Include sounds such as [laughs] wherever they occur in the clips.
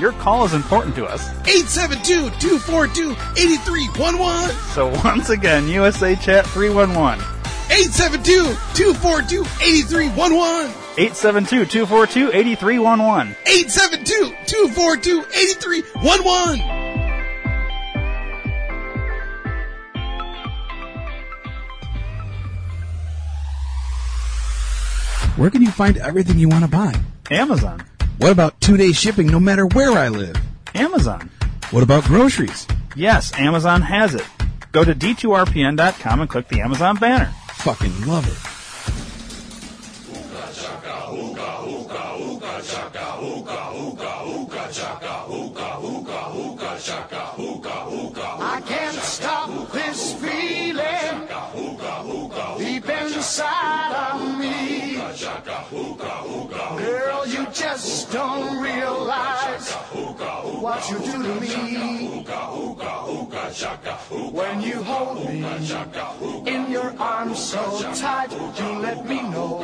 Your call is important to us. 872-242-8311. So [laughs] once again, USA Chat 311. 872-242-8311. 872-242-8311. 872-242-8311. Where can you find everything you want to buy? Amazon. What about two-day shipping no matter where I live? Amazon. What about groceries? Yes, Amazon has it. Go to d2rpn.com and click the Amazon banner. Fucking love it. I can't stop this feeling deep inside of me. Girl, you just don't realize what you do to me. When you hold me in your arms so tight, you let me know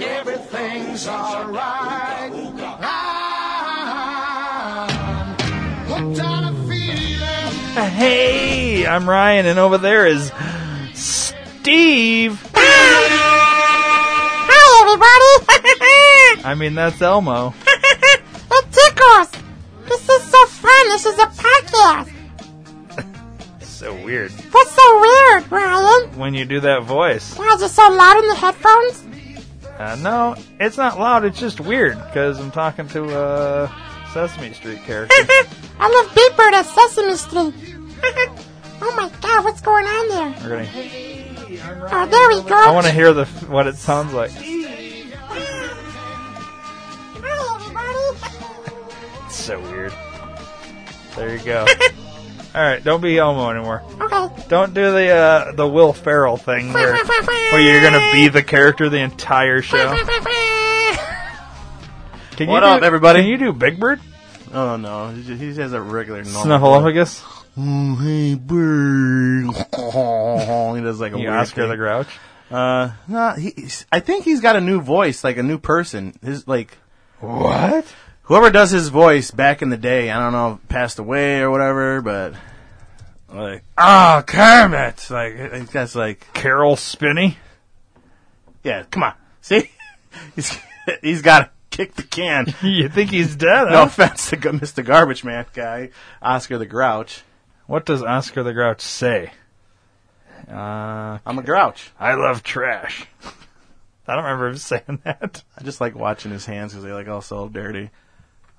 everything's alright. Ah. I'm hooked on a feeling. Hey, I'm Ryan, and over there is Steve. Hi, everybody! I mean, that's Elmo. [laughs] it tickles! This is so fun. This is a podcast. So weird What's so weird, Ryan? when you do that voice. Why is it so loud in the headphones? [laughs] Uh, no, it's not loud. It's just weird because I'm talking to a uh, Sesame Street character. I love Beeper at Sesame Street. [laughs] oh my god, what's going on there? We're gonna, Oh, there we go. I want to hear the what it sounds like. Hi, everybody. It's so weird. There you go. All right, don't be Elmo anymore. Okay. Don't do the uh, the Will Ferrell thing where, [laughs] where you're gonna be the character the entire show. Can you What do- up, everybody? Can you do Big Bird? Oh no, he just, he just has a regular [laughs] normal. Snuffleupagus? Mm, hey, bird. [laughs] he does like a You weird Oscar thing. the Grouch? Uh, nah, he, he's- I think he's got a new voice, like a new person. His like What? whoever does his voice back in the day, I don't know, passed away or whatever, but like ah, Kermit, like I think that's like Carol Spinney? yeah, come on, [laughs] see, he's he's got to kick the can. [laughs] [laughs] You think he's dead? No huh? offense to Mr. Garbage Man guy, Oscar the Grouch. What does Oscar the Grouch say? Uh, I'm a grouch. I love trash. [laughs] I don't remember him saying that. I just like watching his hands because they like all so dirty.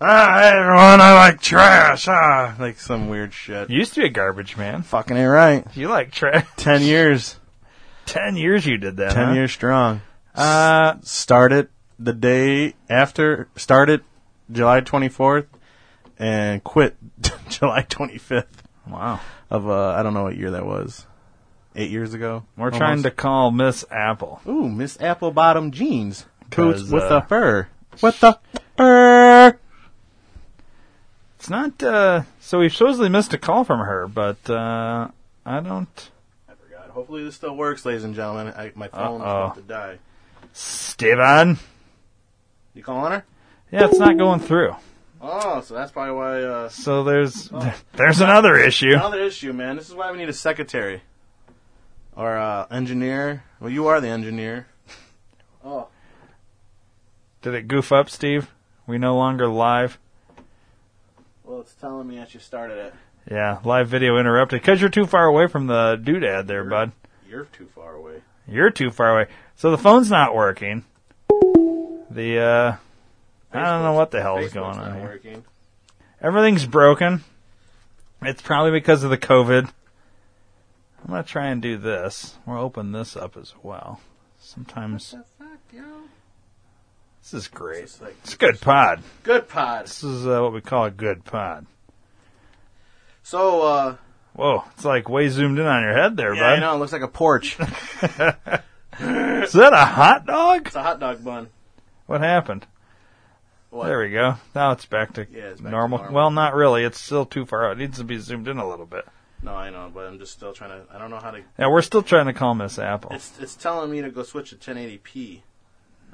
Ah, hey, everyone, I like trash. Ah, like some weird shit. You used to be a garbage man. fucking ain't right. You like trash. Ten years, [laughs] Ten years you did that. ten huh? years strong. Uh, Started the day after. Started July 24th and quit [laughs] July 25th wow. of uh, I don't know what year that was. Eight years ago. We're trying to call Miss Apple. Ooh, Miss Apple Bottom Jeans. Boots 'Cause, with uh, the fur. With the fur. It's not, uh, so we supposedly missed a call from her, but, uh, I don't. God, hopefully this still works, ladies and gentlemen. I, my phone's Uh-oh. about to die. Stevan? You calling her? Yeah, it's not going through. Oh, so that's probably why. Uh, So there's, [laughs] there's another issue. another issue, man. This is why we need a secretary or uh, engineer. Well, you are the engineer. Oh, Did it goof up, Steve? We no longer live. well, it's telling me that you started it. Yeah, live video interrupted because you're too far away from the doodad there, bud. You're too far away. You're too far away. So the phone's not working. The, uh, I don't know what the hell is Facebook's going not on here. working. Everything's broken. It's probably because of the COVID. I'm gonna try and do this. We'll open this up as well. Sometimes. This is great. It's like It's a good pod. good pod. This is uh, what we call a good pod. So, uh, Whoa, it's like way zoomed in on your head there, yeah, I bud. know, it looks like [laughs] a porch. it's Is that a hot dog? a hot dog bun. What happened? What? There we go. Now it's back to Yeah, it's back to normal. normal. Well, not really. It's still too far out. It needs to be zoomed in a little bit. No, I know, but I'm just still trying to, I don't know how to, Yeah, we're still trying to call Miss Apple. it's, it's telling me to go switch to 1080p.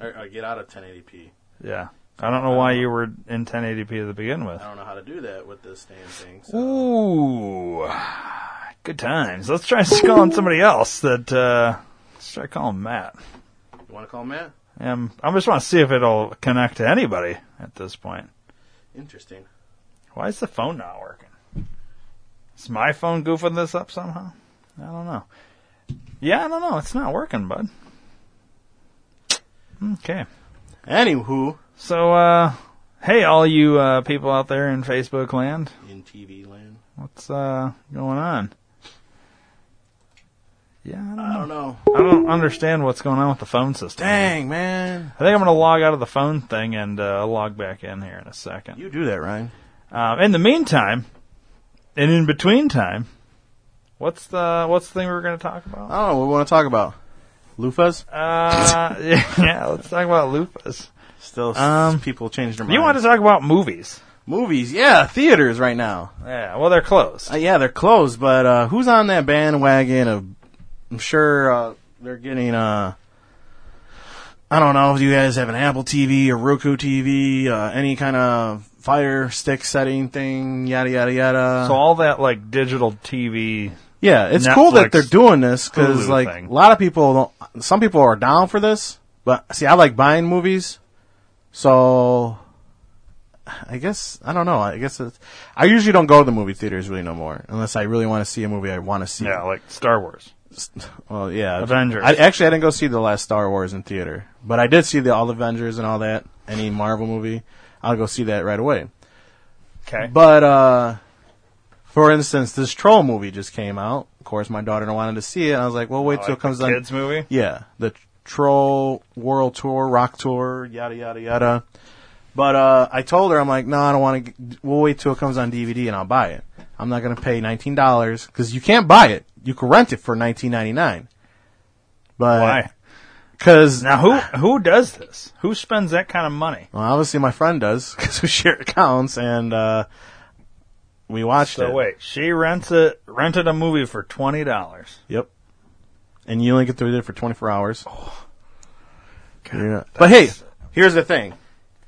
Or, or get out of 1080p. Yeah. I don't know Uh-huh. why you were in 1080p to begin with. I don't know how to do that with this damn thing. So. Ooh, good times. Let's try [laughs] calling somebody else. That uh, let's try calling Matt. You want to call Matt? Um, I just want to see if it'll connect to anybody at this point. Interesting. Why is the phone not working? Is my phone goofing this up somehow? I don't know. Yeah, I don't know. It's not working, bud. Okay. Anywho, So, uh, hey, all you uh, people out there in Facebook land, in TV land, what's uh, going on? Yeah, I don't know. I don't know. I don't understand what's going on with the phone system. Dang, man. I think I'm going to log out of the phone thing and uh, log back in here in a second. You do that, Ryan. Um, in the meantime, and in between time, what's the what's the thing we were going to talk about? I don't know what we want to talk about. Loofahs? [laughs] Uh, yeah, let's talk about lupus. Still, s- Um, people change their minds. You want to talk about movies? movies? Yeah, theaters right now. Yeah, well they're closed. Uh, yeah, they're closed, but uh, who's on that bandwagon of? I'm sure uh, they're getting. Uh, I don't know if you guys have an Apple TV or Roku TV, uh, any kind of Fire Stick setting thing, yada yada yada. so all that like digital TV. Yeah, it's cool that Netflix, they're doing this because Hulu like thing. a lot of people, don't, some people are down for this, but see, I like buying movies, so I guess I don't know. I guess it's, I usually don't go to the movie theaters really no more unless I really want to see a movie I want to see. Yeah, like Star Wars. well, yeah, Avengers. I, actually, I didn't go see the last Star Wars in theater, but I did see the all Avengers and all that. Any Marvel movie, I'll go see that right away. Okay. But uh for instance, this troll movie just came out. Of course, my daughter wanted to see it. I was like, "Well, wait till Oh, like it comes the on." kids movie. Yeah, the troll world tour, rock tour, yada yada yada. But uh I told her, I'm like, "No, I don't want to. We'll wait till it comes on DVD and I'll buy it. I'm not going to pay nineteen dollars because you can't buy it. You can rent it for nineteen ninety nine. But Why? Because Now who who does this? Who spends that kind of money? Well, obviously my friend does [laughs] because we share accounts and uh we watched So it. wait, she rents it rented a movie for twenty dollars. Yep. And you only get to read it for 24 hours. Yeah. Oh. But hey, here's the thing.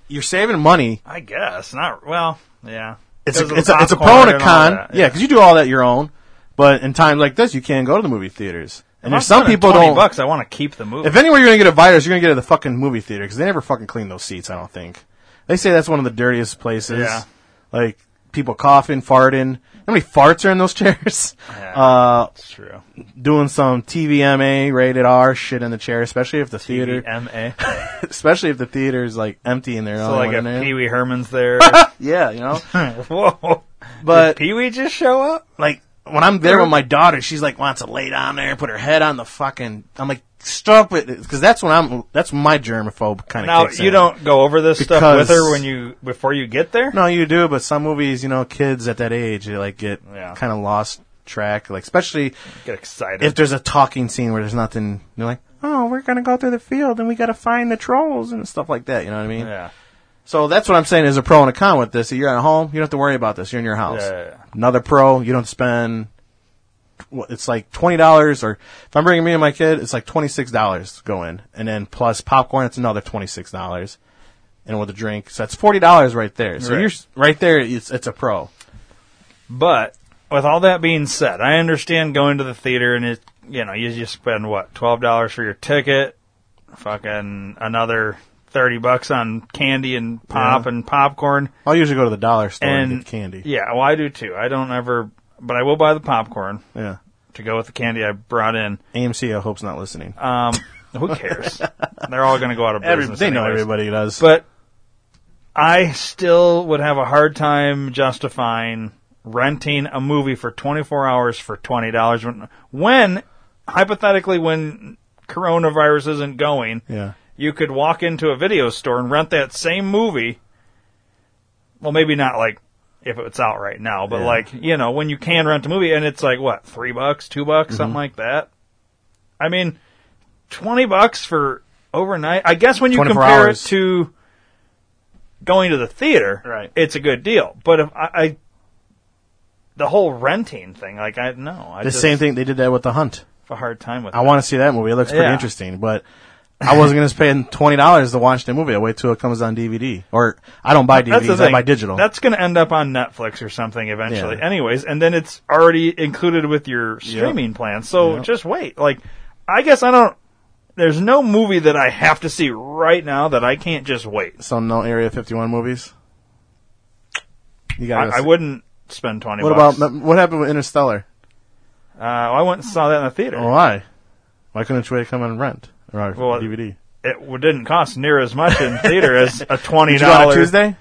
You're saving money. I guess not. Well, yeah. It's Because a, of it's, a, it's a pro popcorn and a all con. that, yeah, because you do all that your own. But in times like this, you can't go to the movie theaters. If And I'm there's some spending people 20 don't. Bucks, I want to keep the movie. If anywhere you're gonna get a virus, you're gonna get at the fucking movie theater because they never fucking clean those seats. I don't think. They say that's one of the dirtiest places. Yeah. Like people coughing, farting. How many farts are in those [laughs] chairs? Yeah. Uh, That's true. doing some TVMA rated R shit in the chair, especially if the theater, M.A. Uh, especially if the theater is like empty and they're So [laughs] only like one in if there. Pee Wee Herman's [laughs] there. [laughs] Yeah, you know. Whoa. But Pee Wee just show up? like when I'm there with my daughter, she's like wants to lay down there, put her head on the fucking. I'm like, stop it, because that's when I'm. That's when my germaphobe kind of. Now kicks you in. don't go over this stuff with Because- her when you before you get there. No, you do, but some movies, you know, kids at that age, they like get Yeah. kind of lost track, like especially Get excited. if there's a talking scene where there's nothing. They're like, oh, we're gonna go through the field and we gotta find the trolls and stuff like that. You know what I mean? yeah. So that's what I'm saying is a pro and a con with this. You're at home, you don't have to worry about this. You're in your house. Yeah, yeah, yeah. Another pro, you don't spend. what, It's like twenty dollars, or if I'm bringing me and my kid, it's like twenty six dollars to go in, and then plus popcorn, it's another twenty six dollars, and with a drink, so that's forty dollars right there. So Right. you're s- right there. It's it's a pro. But with all that being said, I understand going to the theater and it, you know, you just spend what twelve dollars for your ticket, fucking another thirty bucks on candy and pop Yeah. and popcorn, I'll usually go to the dollar store and, and get candy. Yeah, well, I do too. I don't ever, but I will buy the popcorn Yeah. to go with the candy I brought in. AMC, I hope's not listening. Um, who [laughs] cares? They're all going to go out of Every- business. they know anyways. everybody does. But I still would have a hard time justifying renting a movie for 24 hours for $20 when, when hypothetically, when coronavirus isn't going, yeah, you could walk into a video store and rent that same movie. Well, maybe not like if it's out right now, but like you know when you can rent a movie and it's like what three bucks, two bucks, Mm-hmm. something like that. I mean, twenty bucks for overnight. I guess when you 24 compare hours. it to going to the theater, Right. it's a good deal. But if I, I the whole renting thing, like I no, I The just same thing they did that with the hunt. have a hard time with. I want to see that movie. It looks pretty Yeah. interesting, but I wasn't going to spend [laughs] twenty dollars to watch that movie. I wait till it comes on DVD, or I don't buy That's the DVDs. thing. I buy digital. That's going to end up on Netflix or something eventually, Yeah. anyways. And then it's already included with your streaming plan. So Yep. just wait. Like, I guess I don't. There's no movie that I have to see right now that I can't just wait. so no Area Fifty One movies. You got. I, I wouldn't spend twenty. What bucks. about what happened with Interstellar? Oh, Uh, I went and saw that in the theater. Why? Why couldn't you come and rent or on Well, DVD? It w- didn't cost near as much in theater [laughs] as a twenty Did you go on a dollars Uh, Tuesday?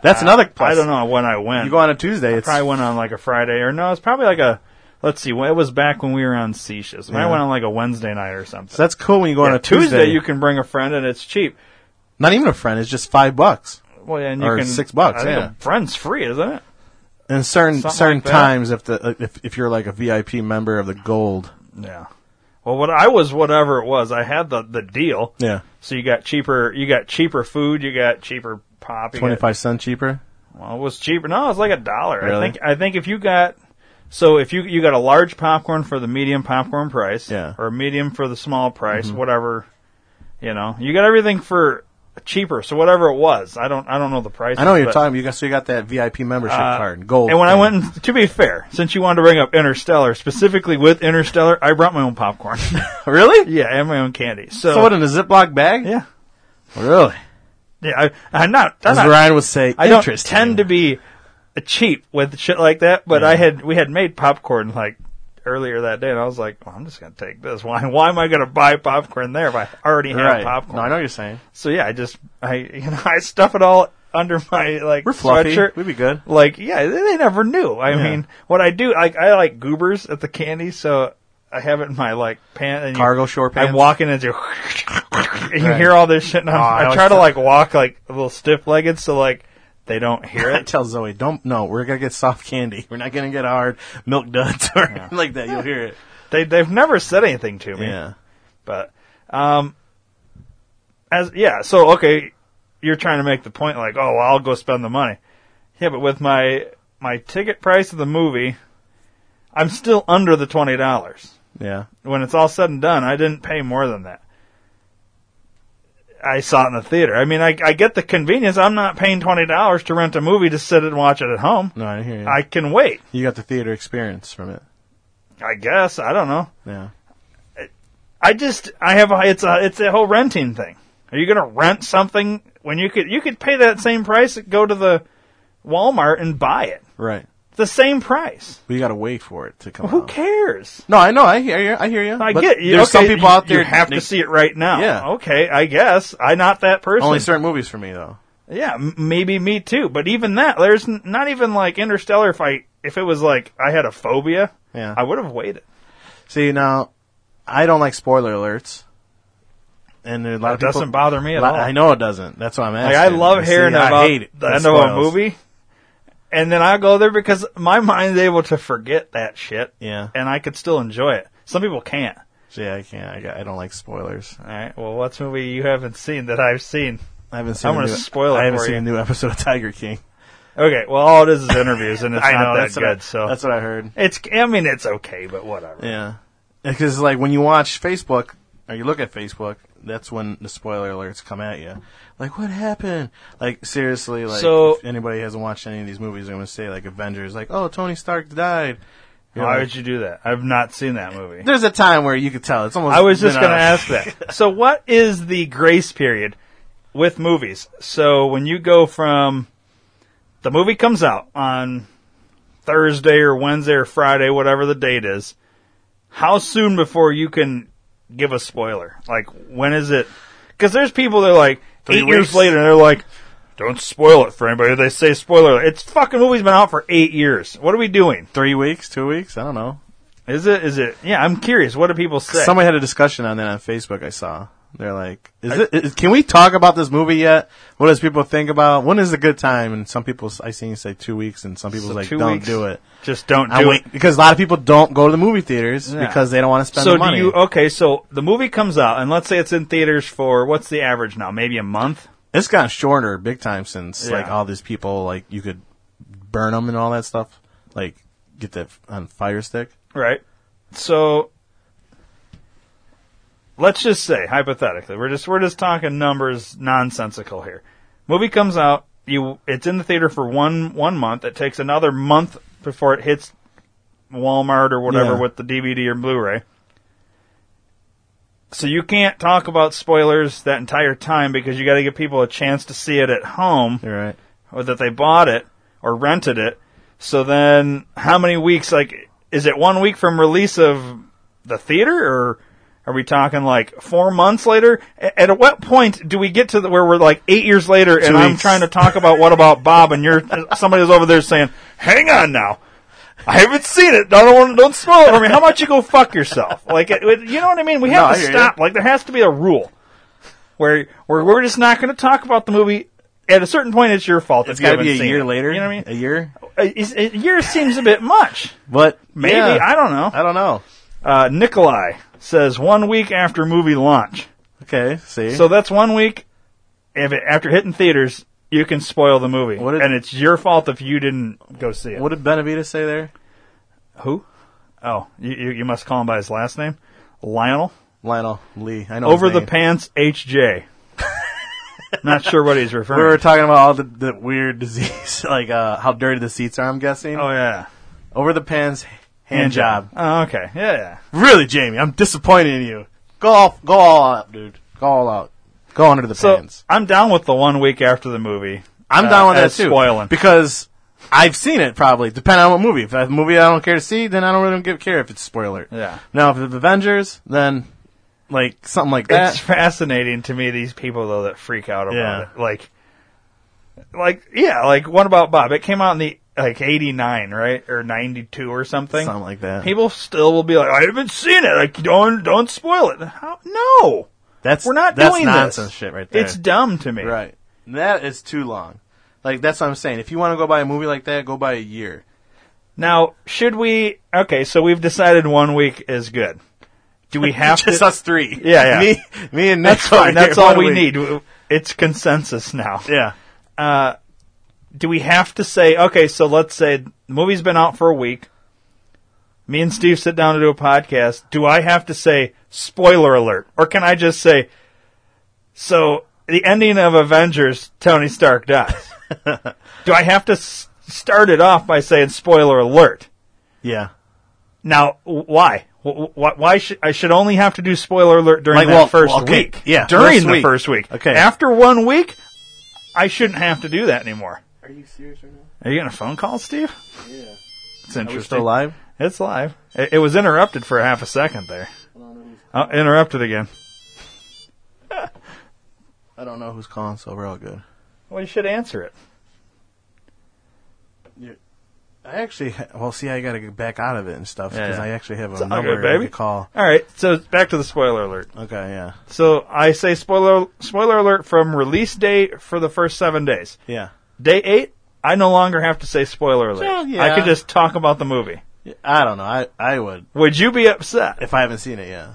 That's another. Plus. I don't know when I went. You go on a Tuesday. It's probably went on like a Friday or no, it's probably like a. Let's see. It was back when we were on Seashas. I Yeah. went on like a Wednesday night or something. so that's cool when you go on Yeah, a Tuesday. you can bring a friend and it's cheap. not even a friend. It's just five bucks. Well, yeah, and you Or can six bucks, I think yeah. a friend's free, isn't it? And certain Something certain like that. times, if the if if you're like a VIP member of the gold, Yeah. Well, what I was, whatever it was, I had the the deal. yeah, So you got cheaper, you got cheaper food, you got cheaper pop. you got- twenty five cent cheaper. Well, it was cheaper. No, it was like a dollar. I Really? think. I think if you got, so if you you got a large popcorn for the medium popcorn price, Yeah. Mm-hmm. or medium for the small price, whatever. You know, you got everything for cheaper. So whatever it was, I don't I don't know the price. I know what you're talking. You got so you got that VIP membership Uh, card, gold. And when I thing. went, and- to be fair, since you wanted to bring up Interstellar, specifically with Interstellar, I brought my own [laughs] popcorn. [laughs] really, yeah, and my own candy. So, so what in a Ziploc bag? yeah, really. yeah. I, I'm not. I'm As not Ryan would say, [laughs] I don't interesting. tend to be cheap with shit like that, but I had we had made popcorn like earlier that day, and I was like, well, I'm just gonna take this. [laughs] Why? Why am I gonna buy popcorn there if I already have right. popcorn? No, I know what [laughs] you're saying. So yeah, I just I [laughs] you know I stuff it all under my like We're fluffy. sweatshirt. We'd be good. Like, yeah, they, they never knew. I Yeah. mean, what I do, like, I like goobers at the candy, so I have it in my like pant and you- Cargo short pants. I'm walking into, [laughs] and you Right. hear all this shit, and I'm, Aw, I I always try to thought- like walk like a little stiff legged, so like they don't [laughs] hear I it. tell Zoe, don't. No, we're gonna get soft candy. We're not gonna get hard milk duds or anything like that. You'll [laughs] hear it. they they've never said anything to me, Yeah. but um, as yeah, so okay, you're trying to make the point like, oh, well, I'll go spend the money. Yeah, but with my my ticket price of the movie, I'm still under the twenty dollars. Yeah. when it's all said and done, I didn't pay more than that. I saw it in the theater. I mean, I, I get the convenience. I'm not paying twenty dollars to rent a movie to sit and watch it at home. No, I hear you. I can wait. you got the theater experience from it. I guess I don't know. Yeah. I just I have a it's a it's a whole renting thing. Are you going to rent something when you could you could pay that same price? Go to the Walmart and buy it. Right. It's the same price. But you got to wait for it to come. Who out. cares? No, I know. I hear you. I hear you. I But get you. There's okay, some people you- out there you have they- to see it right now. Yeah. Okay, I guess I not that person. Only certain movies for me though. Yeah, m- maybe me too. But even that, there's n- not even like Interstellar. If I if it was like I had a phobia, Yeah. I would have waited. See now, I don't like spoiler alerts, and there are a lot It of people. doesn't bother me at Lot- all. I know it doesn't. That's why I'm asking. Like I love See, hearing I about hate it. the It end of a spoils. movie, and then I go there because my [laughs] mind's able to forget that shit. Yeah. and I could still enjoy it. Some people can't. See, I can't. I, got- I don't like spoilers. All right. Well, what's a movie you haven't seen that I've seen? I haven't seen. I'm a gonna new- spoil it I haven't for seen you. a new [laughs] episode of Tiger King. Okay. Well, all it is is interviews, [laughs] and it's I not know that that's good. What I, so that's what I heard. it's. I mean, it's okay, but whatever. Yeah, because like when you watch Facebook or you look at Facebook, that's when the spoiler alerts come at you. Like, what happened? Like, seriously, like So- if anybody hasn't watched any of these movies, they're gonna say like Avengers, like, oh, Tony Stark died. You're Why like- would you do that? I've not seen that movie. There's a time where you could tell. It's almost. I was just you know. going to ask that. So, what is the grace period with movies? So, when you go from the movie comes out on Thursday or Wednesday or Friday, whatever the date is, how soon before you can give a spoiler? Like, when is it? Because there's people that are like Three eight weeks. years later, and they're like, "Don't spoil it for anybody." They say spoiler. alert." It's fucking movie's been out for eight years. What are we doing? [laughs] Three weeks, two weeks, I don't know. Is it? Is it? Yeah, I'm curious. What do people say? Somebody had a discussion on that on Facebook. I saw They're like, is it? Is, can we talk about this movie yet? What does people think about? When is a good time? And some people, I seen you say two weeks, and some people So like two don't weeks. do it. Just don't I do wait it. because a lot of people don't go to the movie theaters Yeah. because they don't want to spend so the money. do you? Okay, so the movie comes out, and let's say it's in theaters for what's the average now? Maybe a month. it's gotten shorter big time since Yeah. like all these people like you could burn them and all that stuff. Like get that on fire stick. Right. So let's just say hypothetically, we're just we're just talking numbers nonsensical here. Movie comes out, you it's in the theater for one one month. It takes another month before it hits Walmart or whatever Yeah. with the DVD or Blu-ray. So you can't talk about spoilers that entire time because you got to give people a chance to see it at home You're right. or that they bought it or rented it. So then, how many weeks? Like, is it one week from release of the theater, or are we talking like four months later? A- At what point do we get to the, where we're like eight years later, and I'm weeks. trying to talk about what about Bob, and you're somebody's over there saying, "Hang on now." I haven't seen it. I don't want. Don't spoil it for me. How about you go fuck yourself? Like, it, it- you know what I mean? We No, have I to hear you. stop. Like, there has to be a rule where where we're just not going to talk about the movie. At a certain point, it's your fault. It's if you got to be haven't a seen year it. later. You know what I A mean? year, A, is- a year seems a bit much. but Maybe yeah, I don't know. I don't know. Uh, Nikolai says one week after movie launch, Okay, see. so that's one week. If it, after hitting theaters, you can spoil the movie, What did- and it's your fault if you didn't go see it. what did Benavides say there? Who? Oh, you, you you must call him by his last name, Lionel. Lionel Lee. I know Over his the name. pants, [laughs] HJ. Not sure what he's referring. We were talking about all the, the weird [laughs] disease, like uh, how dirty the seats are. I'm guessing. to. Oh yeah, Over the pans, hand, job. Oh okay, yeah. yeah. Really, Jamie, I'm disappointed in you. Go all, go all out, dude. Go all out. Go under the So pans. I'm down with the one week after the movie. I'm uh, down with that as too. spoiling. because I've seen it probably. Depending on what movie. If a movie I don't care to see, then I don't really give care if it's spoiler. Yeah. Now if it's Avengers, then like something like that. It's fascinating to me these people though that freak out about Yeah. it. Like, like yeah, like what about Bob? It came out in the like '89, right, or '92 or something. Something like that. People still will be like, I haven't seen it. Like, don't don't spoil it. How? No, that's we're not that's doing nonsense this. shit right there. It's dumb to me. Right. That is too long. Like that's what I'm saying. If you want to go buy a movie like that, go buy a year. Now, should we? Okay, so we've decided one week is good. Do [laughs] we have Just to? us three. Yeah, yeah. [laughs] Me, me and Nick. That's fine. over here, That's all one we week. need. It's consensus now. Yeah. Do we have to say okay? So let's say the movie's been out for a week. Me and Steve sit down to do a podcast. Do I have to say spoiler alert, or can I just say so the ending of Avengers? Tony Stark [laughs] dies. do I have to s- start it off by saying spoiler alert? Yeah. Now, w- why? W- w- Why should I should only have to do spoiler alert during Like, that well, first well, okay, week? yeah, during first the week. first week. Okay. after one week, I shouldn't have to do that anymore. Are you serious right now? Are you getting a phone call, Steve? Yeah, it's Are we interesting. still live? It's live. It, it was interrupted for a half a second there. Oh, interrupted again. I don't know who's calling, so we're all good. Well, you should answer it. I actually, ha- well, see, I got to get back out of it and stuff Yeah, because yeah. I actually have a all number good, baby. to call. All right, so back to the spoiler alert. Okay, yeah, So I say spoiler spoiler alert from release date for the first seven days. yeah. Day eight, I no longer have to say spoiler alert. Well, yeah. I could just talk about the movie. I don't know. I I would Would you be upset? if I haven't seen it yet.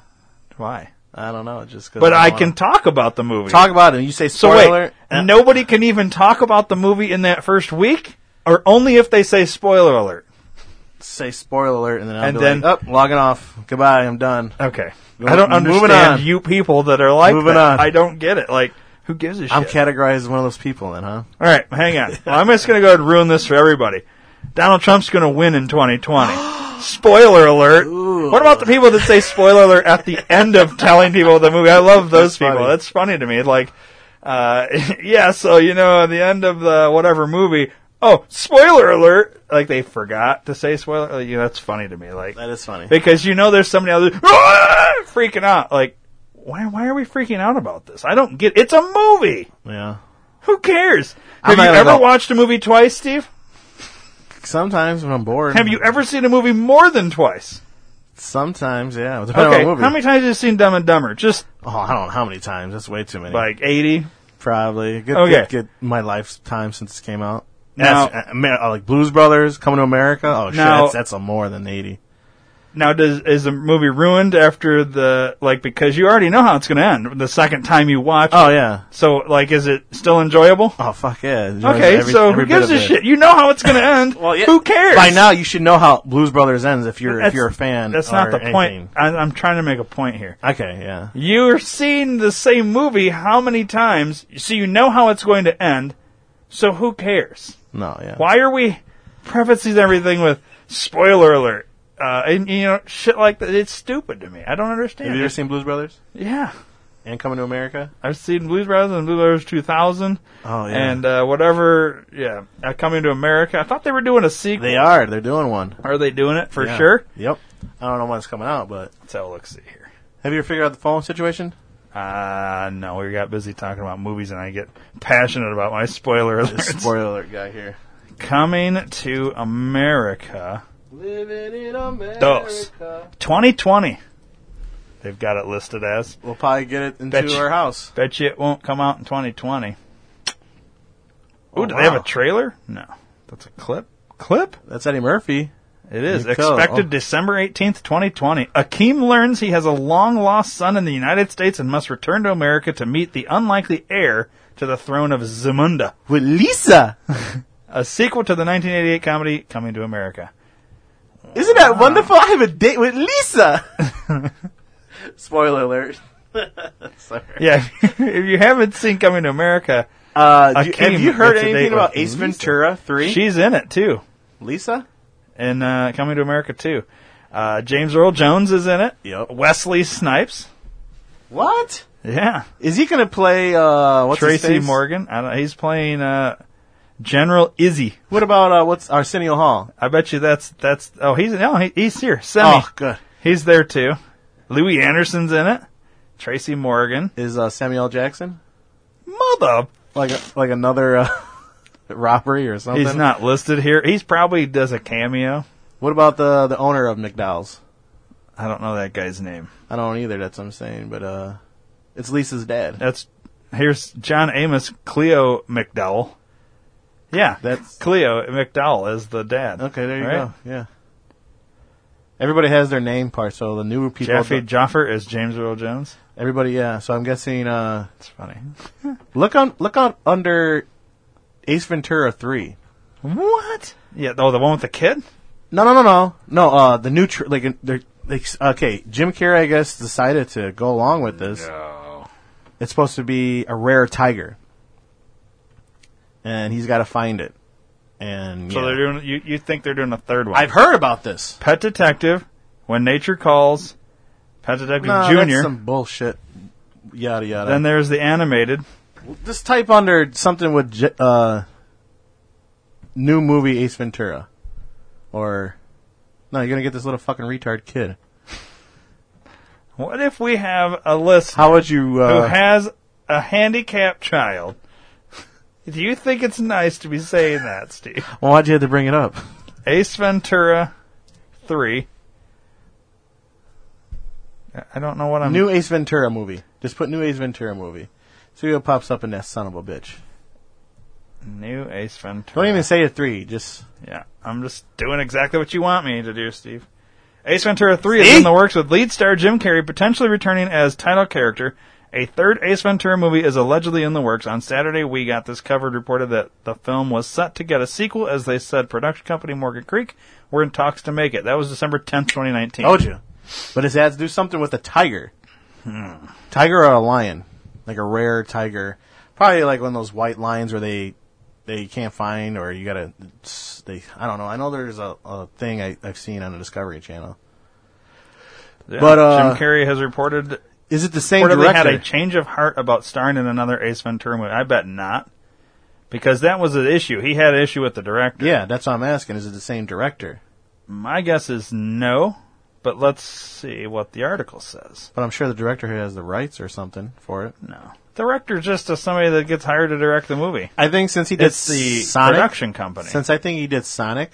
Why? I don't know, just 'cause But I don't can wanna- talk about the movie. talk about it. and You say so spoiler. wait, alert, and- nobody can even talk about the movie in that first week, or only if they say spoiler alert. say spoiler alert, and then I'll And be then- Oh, like, oh, logging off. Goodbye. I'm done. Okay, Well, I don't moving understand on. you people that are like Moving that. on. I don't get it. Like, who gives a shit? I'm categorized as one of those people, then, huh? All right, hang on. Well, I'm just going to go ahead and ruin this for everybody. Donald Trump's going to win in [gasps] 2020. spoiler alert. What about the people that say spoiler alert at the end of telling people the movie? I love those That's people. funny. That's funny to me. Like, uh, [laughs] yeah, so, you know, at the end of the whatever movie, oh, spoiler alert. Like, they forgot to say spoiler. Like, yeah, that's funny to me. Like, That is funny. because you know there's somebody out there [laughs] "Ah!" freaking out. Like, why, why are we freaking out about this? I don't get It's a movie. Yeah. Who cares? I'm Have you not ever gonna- watched a movie twice, Steve? Sometimes when I'm bored. Have you ever seen a movie more than twice? Sometimes, yeah. Depending Okay, on the movie. how many times have you seen Dumb and Dumber? Just oh, I don't know how many times. That's way too many. like 80? Probably. Good, Okay. Good, good- my lifetime since it came out. Now- That's- uh, Amer- uh, like Blues Brothers, Coming to America. Oh, shit. Now- That's, that's a more than 80. Now, does is the movie ruined after the like because you already know how it's going to end the second time you watch? Oh, yeah. so like, is it still enjoyable? Oh, fuck yeah. Enjoy Okay, every- so every who gives bit a of it. shit? You know how it's going to end. Well, yeah. Who cares? By now, you should know how Blues Brothers ends if you're, if That's- you're a fan. That's not or the point. anything. I, I'm trying to make a point here. Okay, yeah. You're seeing the same movie how many times? So you know how it's going to end. So who cares? No, yeah. Why are we prefacing everything with spoiler alert? Uh, and you know shit like that. It's stupid to me. I don't understand. Have you ever it. seen Blues Brothers yeah. and Coming to America? I've seen Blues Brothers and Blues Brothers 2000. Oh, yeah. And uh, whatever, yeah. Uh, Coming to America. I thought they were doing a sequel. They are. They're doing one. Are they doing it for Yeah. sure? Yep. I don't know when it's coming out, but So let's see here. have you ever figured out the phone [laughs] situation? Uh, no, we got busy talking about movies, and I get passionate about my spoiler alerts. Spoiler alert guy here. Coming to America, Living in America. Dos. 2020. They've got it listed as. We'll probably get it into Bet you- our house. Bet you it won't come out in 2020. Ooh, Oh, do they have wow. a trailer? No, that's a clip. Clip? That's Eddie Murphy. It is You go. expected Oh. December 18th, 2020. Akeem learns he has a long lost son in the United States and must return to America to meet the unlikely heir to the throne of Zamunda, With Lisa. a sequel to the 1988 comedy Coming to America. [laughs] Isn't that Ah. wonderful? I have a date [laughs] with Lisa. Spoiler alert. [laughs] Sorry. Yeah, [laughs] if you haven't seen Coming to America, Uh, do you- Akeem have you heard gets a date anything with about Ace Lisa. Ventura 3? she's in it too, Lisa? in uh, Coming to America too. Uh, James Earl Jones is in it. Yep. Wesley Snipes. What? Yeah. Is he going to play, uh, what's his Tracy face? Morgan. I don't, he's playing uh, General Izzy. What about, uh, what's Arsenio Hall? I bet you that's that's. Oh, he's no, he, he's here. Semi. Oh, good. He's there too. Louis Anderson's in it. Tracy Morgan. Is, uh, Samuel L. Jackson? Mother. Like, a, like another, uh, [laughs] robbery or something? He's not listed here. He's probably does a cameo. What about the, the owner of McDowell's? I don't know that guy's name. I don't either, that's what I'm saying, but, uh, it's Lisa's dad. That's here's John Amos Cleo McDowell. Yeah, That's- Cleo McDowell is the dad. Okay, there you Right? go. Yeah. Everybody has their name part, so the new people. Jaffe Joffer is James Earl Jones. Everybody, yeah. So I'm guessing. Uh, That's [laughs] funny. look on, look on under Ace Ventura three. What? Yeah. Oh, the one with the kid. No, no, no, no, no. Uh, the new tr- like they're like s- okay. Jim Carrey, I guess, decided to go along with this. It's supposed to be a rare tiger, and he's got to find it. And So yeah. they're doing. You, you think they're doing a third one? I've heard about this. Pet Detective, When Nature Calls, Pet Detective Nah, Junior. that's some bullshit. Yada yada. Then there's the animated. Just type under something with J- uh, new movie Ace Ventura, or no, you're gonna get this little fucking retard kid. What if we have a list How would you? who Uh, has a handicapped child? [laughs] Do you think it's nice to be saying that, [laughs] Steve? well, why'd you have to bring it up? Ace Ventura, three. I- I don't know what I'm. [laughs] new Ace Ventura movie. Just put new Ace Ventura movie. See what pops up in that son of a bitch. New Ace Ventura. Don't even say a three. Just Yeah, I'm just doing exactly what you want me to do, Steve. Ace Ventura 3 is See? in the works with lead star Jim Carrey potentially returning as title character. A third Ace Ventura movie is allegedly in the works. On Saturday, We Got This Covered reported that the film was set to get a sequel, as they said production company Morgan Creek were in talks to make it. That was December 10th, 2019. told you. But it has to do something with a tiger. Tiger or a lion, like a rare tiger. Probably like one of those white lions where they they can't find, or you gotta. it's- They I don't know. I know there's a, a thing I, I've seen on the Discovery Channel. Yeah, but, uh, Jim Carrey has reported Is it the same reportedly had director? a change of heart about starring in another Ace Ventura movie. I bet not. Because that was an issue. He had an issue with the director. yeah, that's what I'm asking. Is it the same director? My guess is no, but let's see what the article says. But I'm sure the director who has the rights or something for it. No. Director just is somebody that gets hired to direct the movie. I think since he did it's the Sonic, production company. since I think he did Sonic,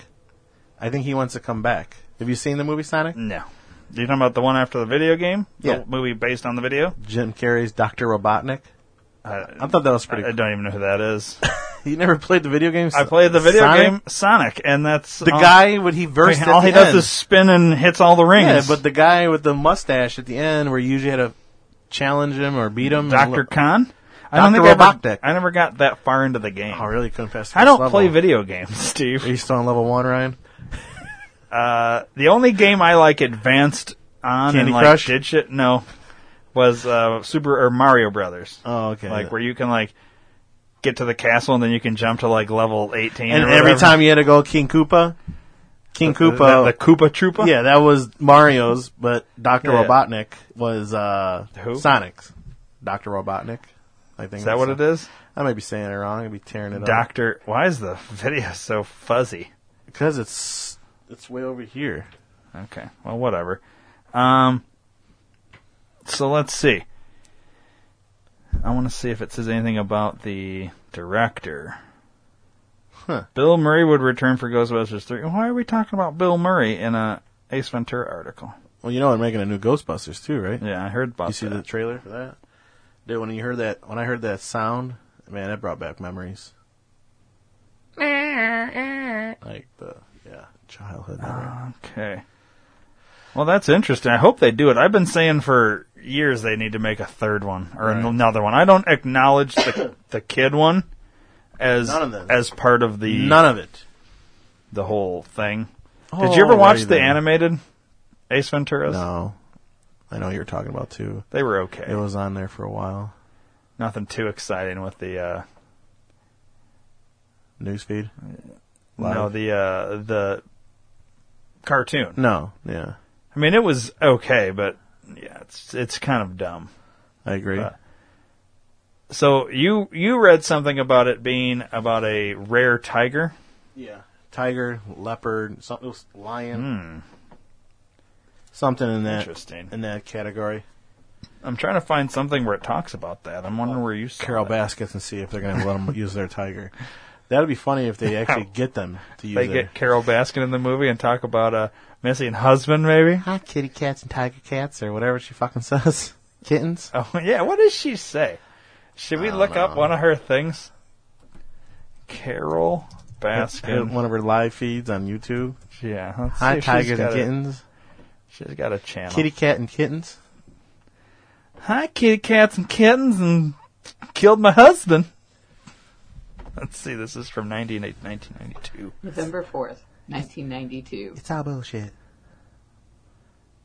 I think he wants to come back. Have you seen the movie Sonic? no. you talking about the one after the video game? Yeah. The movie based on the video? Jim Carrey's Doctor Robotnik. I, I thought that was pretty. I don't even know who that [laughs] is. cool. You never played the video game? I played the video Sonic? game Sonic, and that's The all- guy when he I burst. mean, at all the he end. does is spin and hits all the Yeah, rings. but the guy with the mustache at the end, where you usually had to challenge him or beat him. Doctor Con- Khan. I don't think Dr. I ever, Robotnik. I never got that far into the game. I really couldn't pass. the I first don't level. play video games, [laughs] Are Steve. you still on level one, Ryan? Uh, the only game I like advanced on Candy and like Crush? did shit no was uh, Super or Mario Brothers. Oh, okay. Like where you can like get to the castle and then you can jump to like level eighteen. and or every whatever. time you had to go King Koopa, King the, Koopa. the Koopa Troopa. yeah, that was Mario's, but Doctor Yeah. Robotnik was uh, Who? Sonic's. Doctor Robotnik, I think. is that what it is? I may be saying it wrong. I'd be tearing it up Doctor, why is the [laughs] video so fuzzy? because it's it's way over here. Okay. Well, whatever. Um, so let's see. I want to see if it says anything about the director. Huh. Bill Murray would return for Ghostbusters 3. Why are we talking about Bill Murray in a Ace Ventura article? Well, you know they're making a new Ghostbusters too, right? Yeah, I heard about You see that. the trailer for that? Dude, when you heard that, when I heard that sound, man, that brought back memories. Like the yeah, childhood. memory. Okay. Well, that's interesting. I hope they do it. I've been saying for years they need to make a third one or Right. another one. I don't acknowledge the [coughs] the kid one as None of them. as part of the None of it. the whole thing. Did you ever watch Alrighty the then. animated Ace Venturas? Oh, No, I know what you're talking about too. They were okay. It was on there for a while. Nothing too exciting with the uh Newsfeed. no the uh the cartoon. No, yeah, I mean it was okay, but yeah, it's it's kind of dumb. I agree. Uh, So you you read something about it being about a rare tiger? yeah, tiger, leopard, something, lion, something in that Hmm. Interesting. in that category. I'm trying to find something where it talks about that. I'm wondering where you saw Carol it. Baskets and see if they're going to let them use their tiger. That'd be funny [laughs] if they actually get them to use They it. get Carol Baskin in the movie and talk about a missing husband, maybe. Hi, kitty cats and tiger cats, or whatever she fucking says. [laughs] Kittens. Oh [laughs] yeah, what does she say? Should we look up one of her things? Carol [laughs] In Baskin. One of her live feeds on YouTube. Yeah. Let's see Hi, if she's tigers got and a- kittens. She's got a channel. Kitty cat and kittens. Hi, kitty cats and kittens, and killed my husband. Let's see. This is from 19, 1992. November 4th, 1992. It's all bullshit.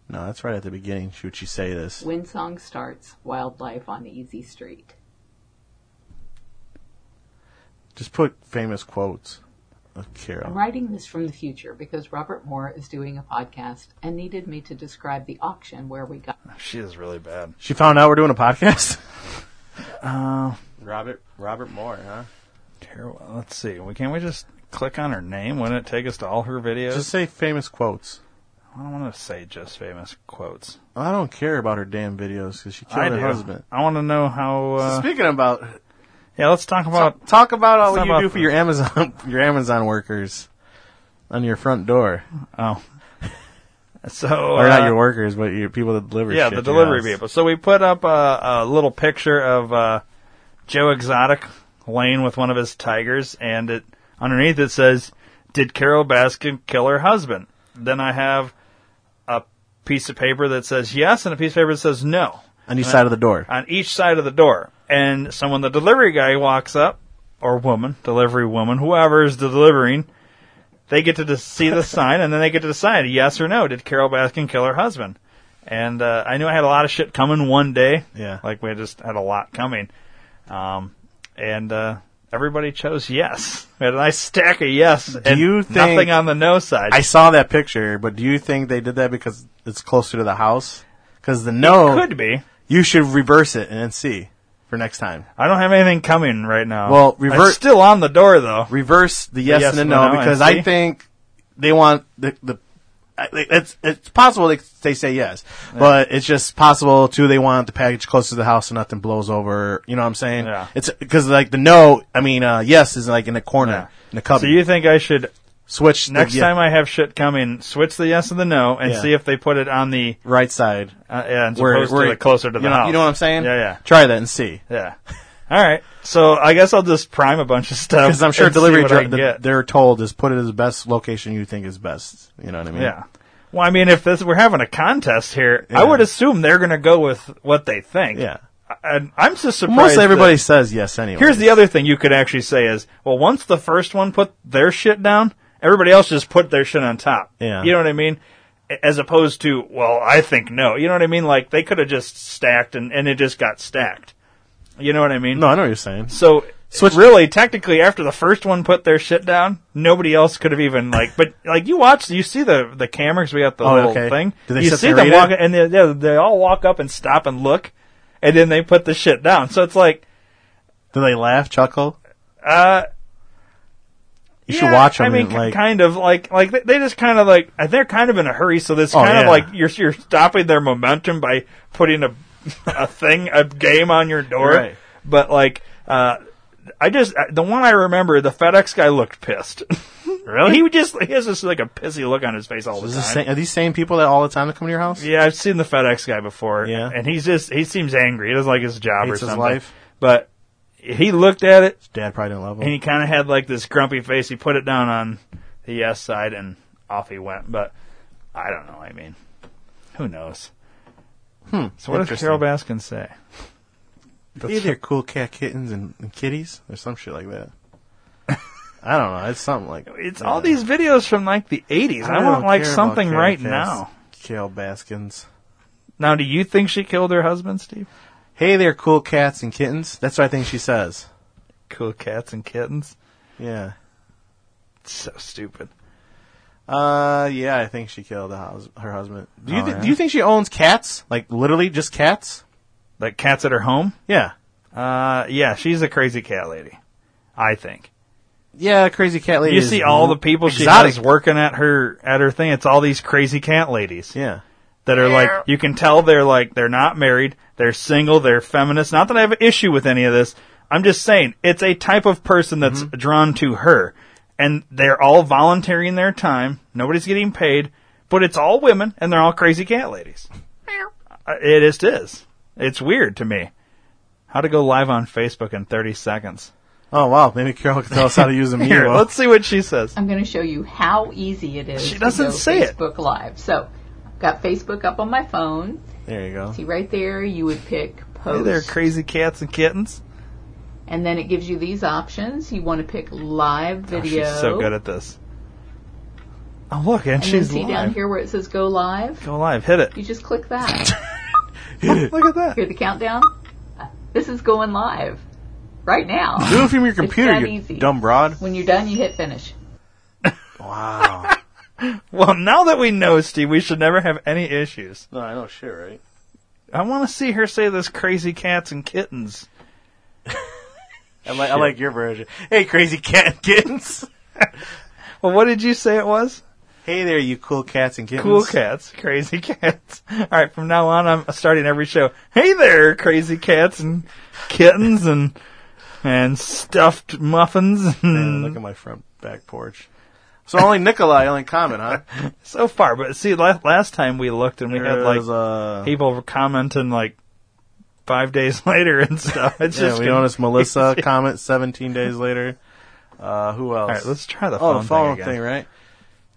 No, that's right at the beginning. Should she say this? When song starts, wildlife on Easy Street. Just put famous quotes of I'm Carol. writing this from the future because Robert Moore is doing a podcast and needed me to describe the auction where we got. She is really bad. She found out we're doing a podcast. [laughs] Uh, Robert Robert Moore, huh? Carol, let's see. We can't we just click on her name? Wouldn't it take us to all her videos? Just say famous quotes. I don't want to say just famous quotes. I don't care about her damn videos because she killed I her do. husband. I want to know how. Uh, Speaking about yeah, let's talk about talk, talk about all Talk what you about- do for your Amazon [laughs] your Amazon workers on your front door, Oh. So or uh, not your workers, but your people that deliver. yeah, shit the to your delivery house. people. So we put up a, a little picture of uh, Joe Exotic laying with one of his tigers, and it underneath it says, "Did Carol Baskin kill her husband?" Then I have a piece of paper that says yes, and a piece of paper that says no on each side of the door. on each side of the door. And so when the delivery guy walks up, or woman, delivery woman, whoever is delivering, they get to just see [laughs] the sign and then they get to decide yes or no. Did Carol Baskin kill her husband? And uh, I knew I had a lot of shit coming one day. Yeah. Like we just had a lot coming. Um, and uh, everybody chose yes. We had a nice stack of yes and you think- nothing on the no side. I saw that picture, but do you think they did that because it's closer to the house? Because the no, Could be. you should reverse it and then see for next time. I don't have anything coming right now. Well, It's revert- still on the door though. Reverse the yes, yes and the and no, the no, because and I see? think they want the the. I- It's it's possible they, they say yes, but it's just possible too. They want the package close to the house so nothing blows over. You know what I'm saying? Yeah. It's because like the no, I mean uh, yes is like in the corner Yeah. in the So cupboard. you think I should Switch the- Next yeah, time I have shit coming, switch the yes and the no, and Yeah. see if they put it on the right side. uh, yeah, as Where- opposed where- to the closer to the you know, house. You know what I'm saying? Yeah, yeah. Try that and see. Yeah. [laughs] All right. So I guess I'll just prime a bunch of stuff Because I'm sure and see delivery what I dri- can get. they're told is put it as the best location you think is best. You know what I mean? Yeah. Well, I mean, if this we're having a contest here, Yeah. I would assume they're going to go with what they think. Yeah. And I'm just surprised. Most everybody that- says yes anyway. Here's the other thing you could actually say is, well, once the first one put their shit down, everybody else just put their shit on top. Yeah. You know what I mean? A- As opposed to, well, I think no. You know what I mean? Like they could have just stacked and, and it just got stacked. You know what I mean? no, I know what you're saying. So Switch- really, technically, after the first one put their shit down, nobody else could have even like. But like you watch, you see the the cameras. We got the Oh, little okay. thing. Do they you sit see there them and read walk, it? and they, yeah, they all walk up and stop and look, and then they put the shit down. So it's like Do they laugh, chuckle? uh, You yeah, should watch them. I mean, and, ki- like, kind of like like they, they just kind of like they're kind of in a hurry. So this Oh, kind of yeah. like you're you're stopping their momentum by putting a a thing a game on your door. Right. But like uh, I just uh, the one I remember, the FedEx guy looked pissed. [laughs] Really? he would just he has this like a pissy look on his face all the Is time. this sa- are these same people that all the time that come to your house? Yeah, I've seen the FedEx guy before. Yeah. and he's just he seems angry. He doesn't like his job Hates or his something. life. But he looked at it Dad probably didn't love them. and he kind of had like this grumpy face. He put it down on the yes side, and off he went. But I don't know. I mean, who knows? Hmm. So what does interesting. Carol Baskin say? Either cool cat kittens and, and kitties or some shit like that. I don't know. It's something like It's all these videos from like the '80s. I, want like something right now. Kale Baskins. Now, do you think she killed her husband, Steve? Hey there, cool cats and kittens. That's what I think she says. Cool cats and kittens. Yeah. It's so stupid. Uh, yeah, I think she killed the hus- her husband. Do you Oh, thi- yeah? do you think she owns cats? Like literally just cats? Like cats at her home. Yeah. Uh, yeah, she's a crazy cat lady. I think. Yeah, crazy cat lady. You is see all the people exotic. she has working at her at her thing. It's all these crazy cat ladies. Yeah. that are like you can tell they're like they're not married, they're single, they're feminist. Not that I have an issue with any of this. I'm just saying it's a type of person that's drawn to her, and they're all volunteering their time. Nobody's getting paid, but it's all women, and they're all crazy cat ladies. Uh, It just is. It's weird to me. How to go live on Facebook in 30 seconds? Oh wow, maybe Carol can tell us how to [laughs] use a Here, Miro. let's see what she says. I'm going to show you how easy it is. She doesn't to go say it. Facebook Live. So, I've got Facebook up on my phone. There you go. See right there, you would pick post, Hey there, crazy cats and kittens. and then it gives you these options. You want to pick live Oh, video. she's so good at this. Oh look, and, and she's then see live. down here where it says go live. Go live, hit it. You just click that. [laughs] Look at that. Hear the countdown. This is going live right now. Do it from your computer, that you easy. dumb broad. When you're done, you hit finish. [laughs] Wow. Well, now that we know, Steve, we should never have any issues. no, I know shit, right? I want to see her say this crazy cats and kittens. I like I like your version. Hey, crazy cat [laughs] and kittens. Well, what did you say it was? hey there, you cool cats and kittens. Cool cats, crazy [laughs] cats. All right, from now on, I'm starting every show. Hey there, crazy cats and kittens and and stuffed muffins. [laughs] Man, Uh, look at my front back porch. So only Nikolai only comment, [laughs] huh? so far, but see, la- last time we looked and we had like There's, uh, people commenting like five days [laughs] later and stuff. It's yeah, just we con- noticed [laughs] Melissa comment 17 days later. Uh, who else? All right, let's try the oh, phone, the phone thing thing, again. right?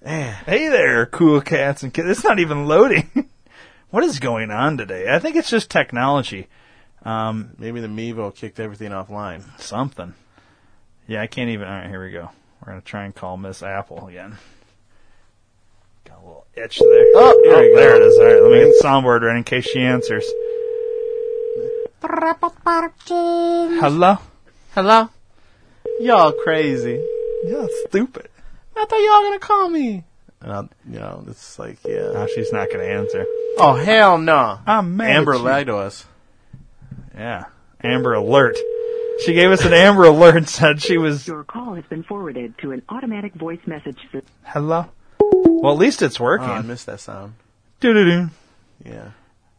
Hey there, cool cats and kids. It's not even loading. [laughs] what is going on today? I think it's just technology. Um, Maybe the Mevo kicked everything offline. something. Yeah, I can't even. All right, here we go. We're gonna try and call Miss Apple again. Got a little itch there. Oh, there we go. there it is. All right, let me get the soundboard ready in case she answers. Hello. Hello? Y'all crazy. Yeah, it's stupid. I thought y'all gonna call me. And I'll, you know, it's like, yeah. No, she's not gonna answer. Oh, hell no. I'm mad. Amber at you. lied to us. Yeah, Amber Alert. She gave us an Amber Alert and said she was Your call has been forwarded to an automatic voice message system. Hello. Well, at least it's Oh, I working. missed that sound. Do do do. Yeah.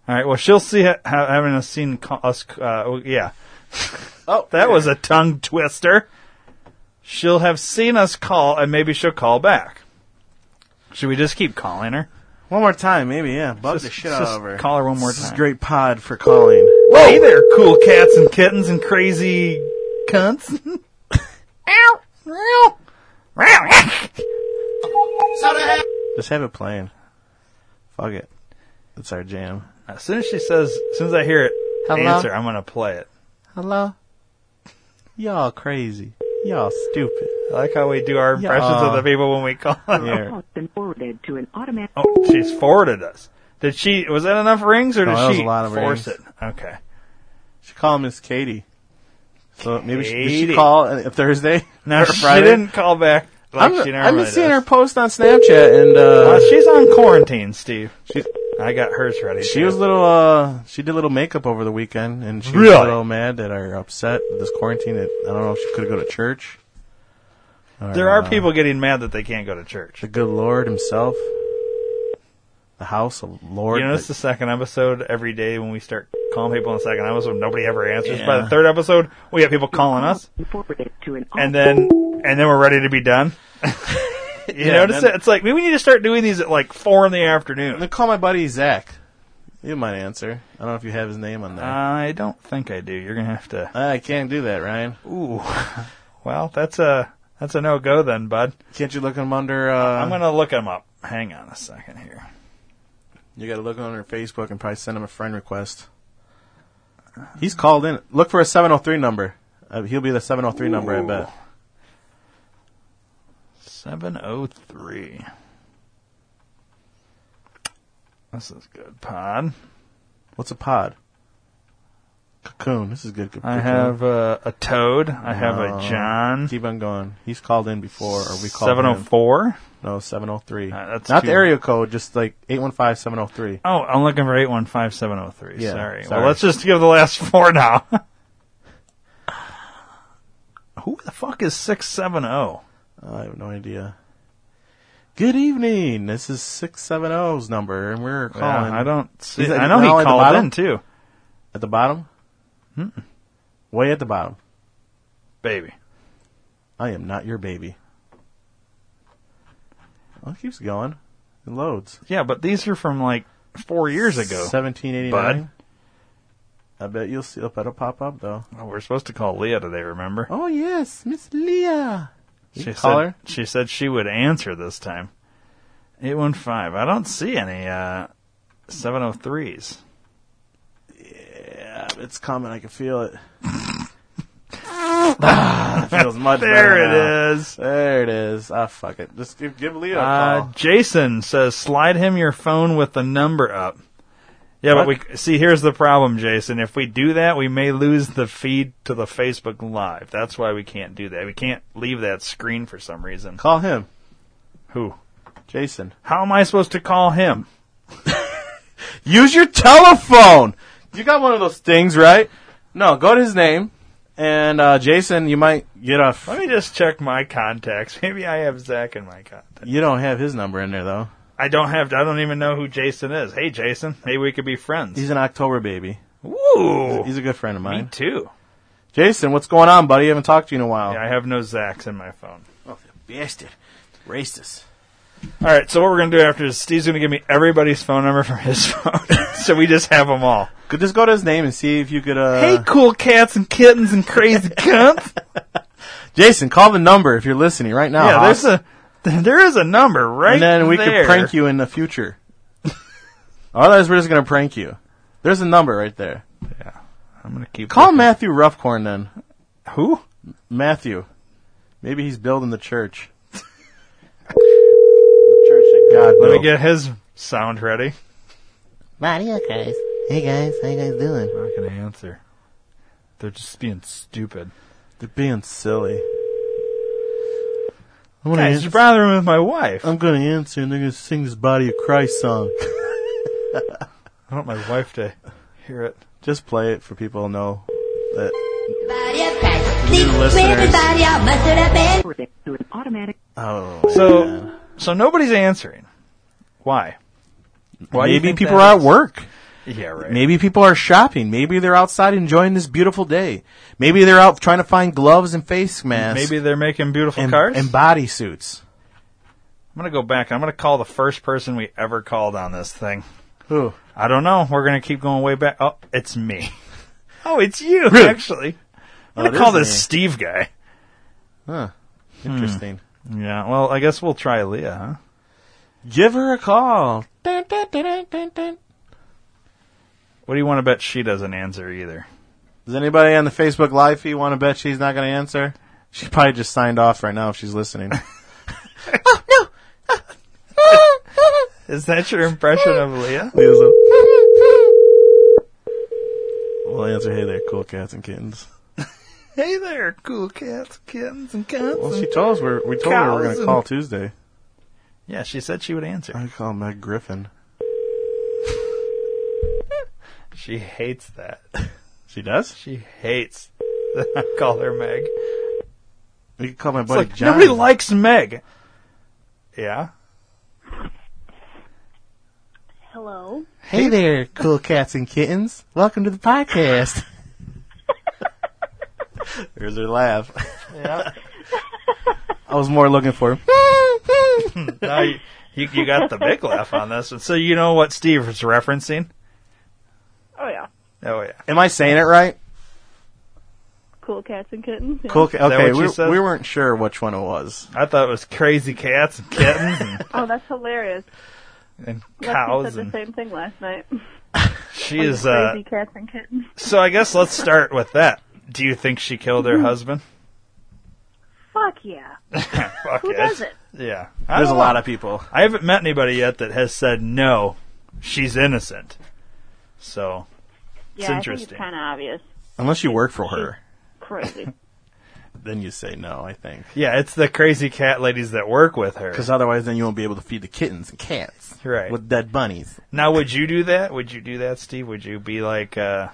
All right. Well, she'll see ha- ha- having us seen ca- us. Uh, oh, yeah, Oh, that was a tongue twister. She'll have seen us call, and maybe she'll call back. Should we just keep calling her? One more time, maybe, yeah. Bug Just- the shit just out of her. call her one more this This time. is great pod for calling. Hey there, cool cats and kittens and crazy cunts. [laughs] Just have it playing. Fuck it. It's our jam. As soon as she says, as soon as I hear it, Hello? answer, I'm going to play it. Hello? Y'all crazy. Y'all stupid. I like how we do our impressions of the people when we call them. Yeah. Call has been forwarded to an automatic. Oh, she's forwarded us. Did she? Was that enough rings, or No, did that was she a lot of force rings. it? [laughs] Okay. She called Miss Katie. So maybe she, did Katie. she call a Thursday? Now [laughs] or she Friday? didn't call back. Like I'm, she I've normally been seeing her does. post on Snapchat, and Uh, uh, she's on quarantine, Steve. she, I got hers ready. she too. was a little. Uh, she did a little makeup over the weekend, and she was a Really? little mad that or upset with this quarantine. That I don't know if she could go to church. Or, There are uh, people getting mad that they can't go to church. The good Lord Himself, the House of Lord. You know, it's the that- second episode every day when we start calling people in the second episode. Nobody ever answers. By the Yeah. third episode, we have people calling us, Forwarded to an and then and then we're ready to be done. [laughs] you Yeah, notice then- that? It's like maybe we need to start doing these at like four in the afternoon. I'm gonna call my buddy Zach. You might answer. I don't know if you have his name on there. I don't think I do. You're gonna have to. I can't do that, Ryan. Ooh, [laughs] well, that's a that's a no go then, bud. Can't you look him under? Uh, I'm gonna look him up. Hang on a second here. You got to look on her Facebook and probably send him a friend request. He's called in. Look for a 703 number. Uh, he'll be the 703 number, I bet. Seven oh three. This is good, Pod. What's a pod? Cocoon. This is good. Cocoon. I have uh, a Toad. I have Uh, a John. Keep on going. He's called in before, or we called Seven oh him. four. No, 703. Uh, that's Not too- the area code, just like 815 703. Oh, I'm looking for eight one five seven oh three. Yeah, Sorry. sorry. Well, let's just give the last [laughs] four now. Who the fuck is six seven oh? I have no idea. Good evening. This is 670's number, and we're calling. Yeah, I don't see. Is that I know he now at the called bottom? in too, At the bottom? Hmm. Way at the bottom. baby. I am not your baby. Well, it keeps going. It loads. Yeah, but these are from like four years ago. 1789. I bet you'll see. I bet it'll pop up, though. Oh, we're supposed to call Leah today. Remember? Oh, yes, Miss Leah. she call said her? she said she would answer this time. Eight one five. I don't see any uh seven oh threes. Yeah, "Uh, it's coming. I can feel [laughs] it. Ah, it feels much better. now. There it is. There it is. Ah, fuck it. Just give, give Leah a Uh, call. Jason says, slide him your phone with the number up. Yeah, but we see. Here's the problem, Jason. If we do that, we may lose the feed to the Facebook Live. That's why we can't do that. We can't leave that screen for some reason. Call him, Who? Jason. How am I supposed to call him? Use your telephone. You got one of those things, right? No, go to his name, and uh, Jason, you might get a. Let me just check my contacts. [laughs] Maybe I have Zach in my contacts. You don't have his number in there though. I don't have. I don't even know who Jason is. Hey, Jason. Maybe we could be friends. He's an October baby. Ooh, He's a good friend of me mine. too. Jason, what's going on, buddy? I haven't talked to you in a while. Yeah, I have no Zachs in my phone. Oh, you bastard. Racist. All right, so what we're going to do after is Steve's going to give me everybody's phone number from his [laughs] phone, so we just have them all. Could just go to his name and see if you could. Uh, hey, cool cats and kittens and [laughs] crazy cunts. Jason, call the number if you're listening right now. yeah, Hoss. there's a there is a number right Uh-huh. and then we there. could prank you in the future. [laughs] Otherwise, we're just gonna prank you. There's a number right there. I'm going to keep Call looking. Matthew Roughcorn then. Who? Matthew. Maybe he's building the church. [laughs] the church that God Let built. me get his sound ready. Mario guys. Hey guys, how you guys doing? I'm not going to answer. They're just being stupid. They're being silly. I'm gonna, Guys, ans- you're bothering me with my wife. I'm gonna answer and they're gonna sing this Body of Christ song. I want my wife to hear it. Just play it for people to know that Everybody up, guys. Sleep with [laughs] listeners. everybody all busted up and forwarded to an automatic. oh So, man. so nobody's answering. Why? Why do you maybe think people that are at is? work. Yeah, right. Maybe people are shopping. Maybe they're outside enjoying this beautiful day. Maybe they're out trying to find gloves and face masks Maybe they're making beautiful and, cars. and body suits. I'm gonna go back. I'm gonna call the first person we ever called on this thing. Who? I don't know. We're gonna keep going way back. Oh, it's me. oh, it's you Really? actually. Oh, I'm it gonna call is this me. Steve guy. Huh. Hmm. Interesting. Yeah. Well, I guess we'll try Leah. Huh? Give her a call. Dun, dun, dun, dun, dun, dun. What do you want to bet she doesn't answer either? Does anybody on the Facebook live feed want to bet she's not going to answer? She probably just signed off right now if she's [laughs] listening. Is that your impression of Leah? we'll answer, hey there, cool cats and kittens. [laughs] Hey there, cool cats, kittens, and cats. Well, she told us we're, we told her we're going Cows to and- call Tuesday. yeah, she said she would answer. I call Meg Griffin. She hates that. She does? [laughs] She hates that I call her Meg. It's We could call my buddy like, John. nobody likes Meg. Yeah? Hello. hey there, cool cats and kittens. Welcome to the [laughs] podcast. There's her laugh. Yeah. [laughs] I was more looking for. [laughs] Now you, you, you got the big laugh on this one. So you know what Steve was referencing? Oh yeah. Oh, yeah. Am I saying it right? Cool cats and kittens. yeah. Cool. ca- that Okay, what we, you said? we weren't sure which one it was. I thought it was crazy cats and kittens and, Oh, that's hilarious. and Lexi cows. And said the same thing last night. she is, uh, Crazy cats and kittens. so I guess let's start with that. Do you think she killed her husband? Fuck yeah. Fuck Who yes. does it? Yeah. There's a lot of people. I haven't met anybody yet that has said no, she's innocent. So Yeah, I think interesting. it's kind of obvious. Unless you work for her, [laughs] Crazy. then you say no, I think. yeah, it's the crazy cat ladies that work with her. Because otherwise, then you won't be able to feed the kittens and cats. Right. With dead bunnies. Now, would you do that? Would you do that, Steve? Would you be like, uh,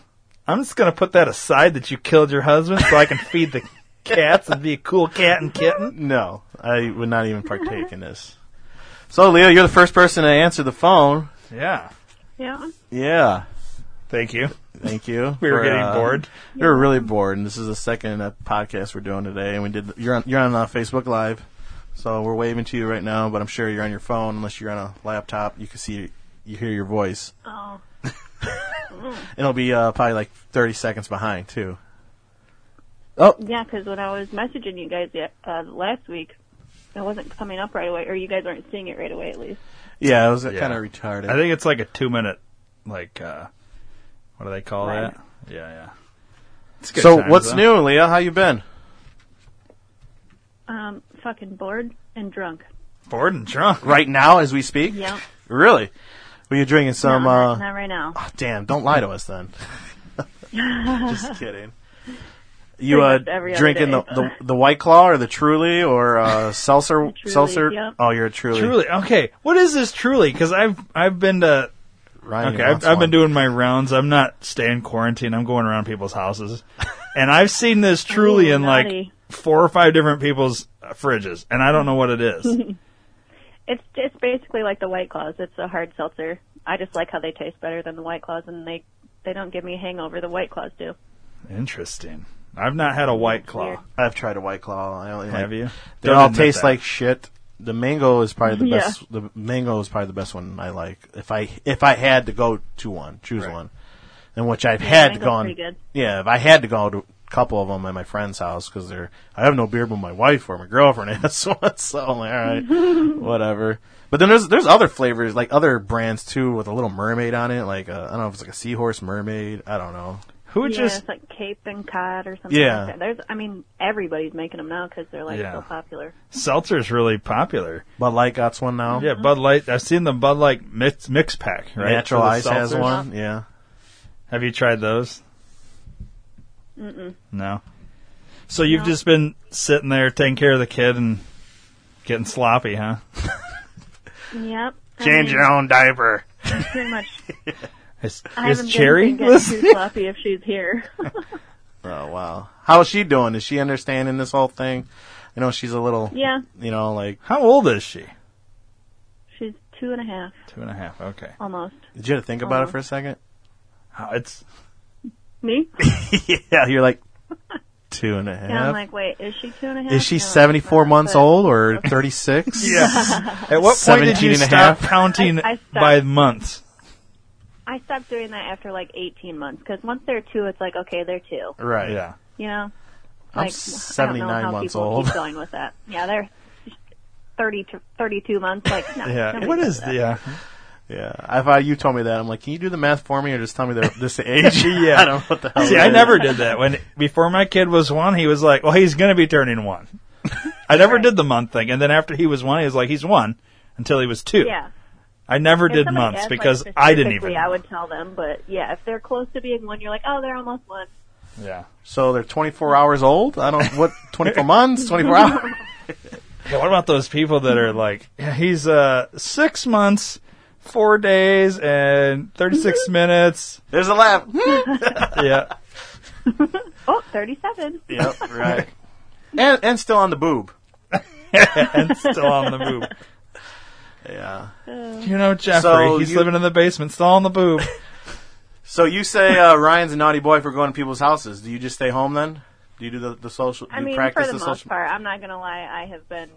I'm just gonna put that aside that you killed your husband so I can feed the cats and be a cool cat and kitten? No, I would not even partake in this. So, Leo, you're the first person to answer the phone. Yeah. yeah. Yeah. Thank you. Thank you. We were for, getting uh, bored. We were really bored, and this is the second uh, podcast we're doing today. And we did. You're on. You're on uh, Facebook Live, so we're waving to you right now. But I'm sure you're on your phone, unless you're on a laptop. You can see. You hear your voice. Oh. And It'll be uh, probably like 30 seconds behind too. Oh, Yeah, because when I was messaging you guys uh, last week, it wasn't coming up right away, or you guys aren't seeing it right away, at least. yeah. It was Yeah. kind of retarded. I think it's like a two minute, like, uh, what do they call Right. that? Yeah, yeah. It's good so times, what's though. new, Leah? How you been? Um, fucking bored and drunk. Bored and drunk. Right now, as we speak. Yeah. Really? Were you drinking some? not, uh, not right now. oh, damn! Don't lie to us [laughs] then. Just kidding. You Pretty uh, much every other drinking the, day. the the white claw or the Truly or [laughs] uh, seltzer Truly, seltzer? yep. Oh, you're a Truly. Truly, okay. What is this truly? Because I've I've been to Ryan, okay. wants I've, I've one. been doing my rounds. I'm not staying quarantined. I'm going around people's [laughs] houses, and I've seen this truly Ooh, in like naughty. four or five different people's uh, fridges, and I don't know what it [laughs] is. It's it's basically like the White Claws. It's a hard seltzer. I just like how they taste better than the White Claws, and they they don't give me a hangover. The White Claws do. Interesting. I've not had a white claw. Weird. I've tried a white claw. I only like- Have you? They Don't all admit taste that. like shit. The mango is probably the Yeah. best. The mango is probably the best one I like. If I if I had to go to one, choose one, and which I've had to mango's go on. pretty good. Yeah, if I had to go to a couple of them at my friend's house because they're I have no beer, but my wife or my girlfriend [laughs] has one, so I'm like, all [laughs] right, whatever. But then there's there's other flavors like other brands too with a little mermaid on it. Like uh, I don't know if it's like a seahorse mermaid. I don't know. Who yeah, just it's like Cape and Cod or something. Yeah. Like that. There's, I mean, everybody's making them now because they're like Yeah. so popular. seltzer's really popular? Bud Light got one now. Yeah, Bud Light. I've seen the Bud Light mix mix pack. Right, Natural for the Ice has seltzers. one. Yeah. Have you tried those? Mm-mm. No. So you've just been sitting there taking care of the kid and getting sloppy, huh? Yep. I mean, [laughs] own diaper. [laughs] Pretty much. Is, I is haven't Cherry been getting listening? too sloppy if she's here. [laughs] Oh wow, how's she doing? Is she understanding this whole thing? I know she's a little, yeah, you know, like How old is she? she's two and a half Two and a half. Okay. almost. did you have to think about it Aw. [laughs] for a second? How It's Me? yeah, you're like two and a half. [laughs] Yeah, I'm like, wait, is she two and a half? Is she No, 74 it's not, months but old [laughs] or 36? yeah. [laughs] At what point did 17 you and a stop half. counting I- I stopped. by months? I stopped doing that after like 18 months because once they're two, it's like okay, they're two. Right. Yeah. You know, I'm like, 79 I don't know how months people old. Keep going with that. Yeah, they're 30 to 32 months. Like, no, Yeah. nobody What does is that. Yeah. Yeah. Yeah. I thought you told me that. I'm like, can you do the math for me or just tell me they're [laughs] this age? [laughs] I don't know what the hell. See, it I is. never did that. When before my kid was one, he was like, "Well, he's going to be turning one." I never did the month thing, and then after he was one, he was like, "He's one," until he was two. Yeah. I never If did somebody months asked, like, because I didn't even. specifically, I would tell them, but yeah, if they're close to being one, you're like, oh, they're almost one. Yeah. So they're 24 hours old? I don't what 24 [laughs] months, 24 hours. Yeah, what about those people that are like, "Yeah, he's uh six months, four days, and thirty [laughs] six minutes? There's a laugh. Yeah. Oh, 37. [laughs] yep, [laughs] right. And and still on the boob. and still on the boob. Yeah. You know, Jeffrey, So he's you- living in the basement, still on the boob. So you say uh, Ryan's a naughty boy for going to people's houses. Do you just stay home then? Do you do the, the social? I do mean, you for practice the, most social? part, I'm not gonna lie. I have been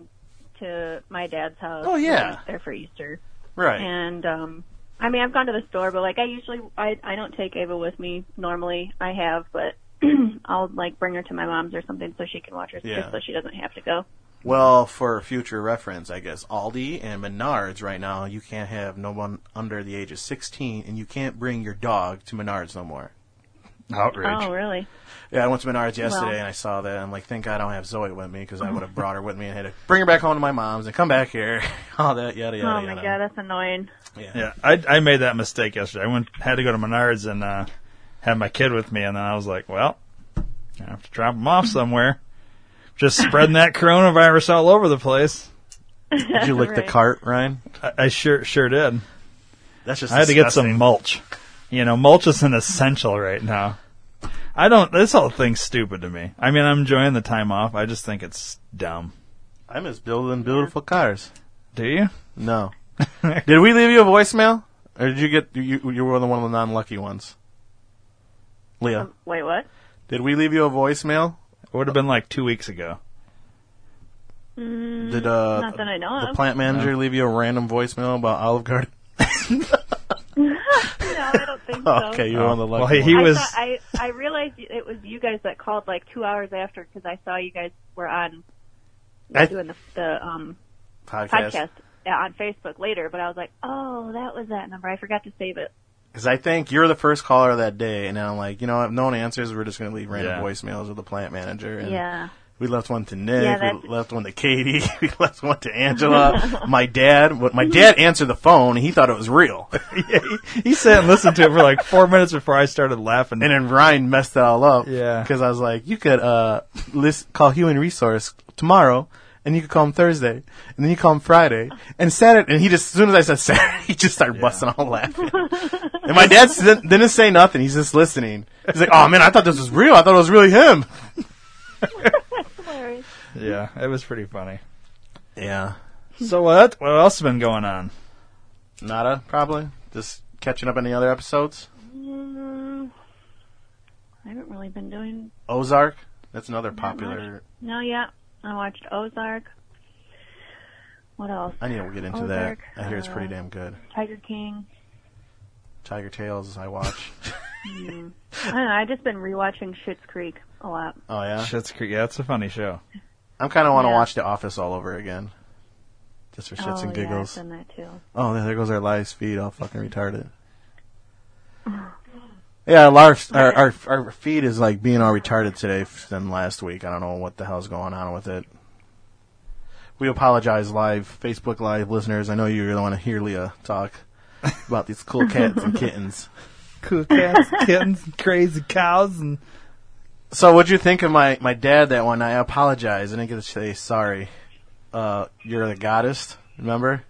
to my dad's house. Oh, yeah. when I was there for Easter, Right. and um, I mean, I've gone to the store, but like I usually, I I don't take Ava with me normally. I have, but [clears throat] I'll like bring her to my mom's or something so she can watch her, Yeah. just so she doesn't have to go. Well, for future reference, I guess Aldi and Menards right now you can't have no one under the age of sixteen, and you can't bring your dog to Menards no more. Outrage. Oh, really? Yeah, I went to Menards yesterday Well. and I saw that. I'm like, thank God I don't have Zoe with me because I would have brought her with me and had to bring her back home to my mom's and come back here. [laughs] All that yada yada. oh my god, yada. that's annoying. Yeah, I, I made that mistake yesterday. I went had to go to Menards and uh, had my kid with me, and then I was like, well, I have to drop him off somewhere. Just spreading that coronavirus all over the place. Did you lick the Right. cart, Ryan? I, I sure sure did. That's just. I had to get disgusting. some mulch. You know, mulch is an essential right now. I don't. This whole thing's stupid to me. I mean, I'm enjoying the time off. I just think it's dumb. I miss building beautiful cars. Do you? [laughs] No. did we leave you a voicemail, or did you get you? You were the one of the non-lucky ones. Leah, Um, Wait, what? did we leave you a voicemail? It would have been like two weeks ago. Did uh, mm, Not that I know the of. plant manager leave you a random voicemail about Olive Garden? [laughs] [laughs] no, I don't think so. okay, you were on the lucky Well, he, one. he I, was. thought, I I realized it was you guys that called like two hours after because I saw you guys were on you I- were doing the, the um, podcast uh, on Facebook later, but I was like, oh, that was that number. I forgot to save it. Because I think you're the first caller that day, and then I'm like, you know, if no one answers, we're just going to leave random Yeah. voicemails with the plant manager. And Yeah. We left one to Nick. Yeah, that's- we left one to Katie. [laughs] we left one to Angela. my dad. What my dad answered the phone. and He thought it was real, [laughs] he, he sat and listened to it for like four minutes before I started laughing. and then Ryan messed it all up. Yeah. Because I was like, you could uh list call Human Resource tomorrow. And you could call him Thursday, and then you call him Friday, and Saturday. And he just, as soon as I said [laughs] Saturday, he just started busting all laughing. And my dad didn't didn't say nothing. He's just listening. He's like, "Oh man, I thought this was real. I thought it was really him." Hilarious. yeah, it was pretty funny. Yeah, So what? What else has been going on? nada. Probably just catching up on the other episodes. Mm, I haven't really been doing. Ozark. That's another popular. No, yeah, I watched Ozark. What else? I need to get into Ozark, that. I hear it's pretty uh, damn good. Tiger King. Tiger Tales. I [laughs] watch. I don't know. I've just been rewatching Schitt's Creek a lot. oh yeah. Shit's Creek. Yeah, it's a funny show. I'm kind of want to Yeah. watch The Office all over again, just for shits oh, and giggles. Yeah, I've done that too. Oh, there goes our live feed. All fucking retarded. Yeah, our, live- our our our feed is like being all retarded today f- than last week. I don't know what the hell's going on with it. We apologize, live Facebook live listeners. I know you really want to hear Leah talk about these cool cats and kittens. Cool [laughs] cats, kittens, crazy cows, and So, what'd you think of my my dad that one? I apologize. I didn't get to say sorry. Uh, you're the goddess. Remember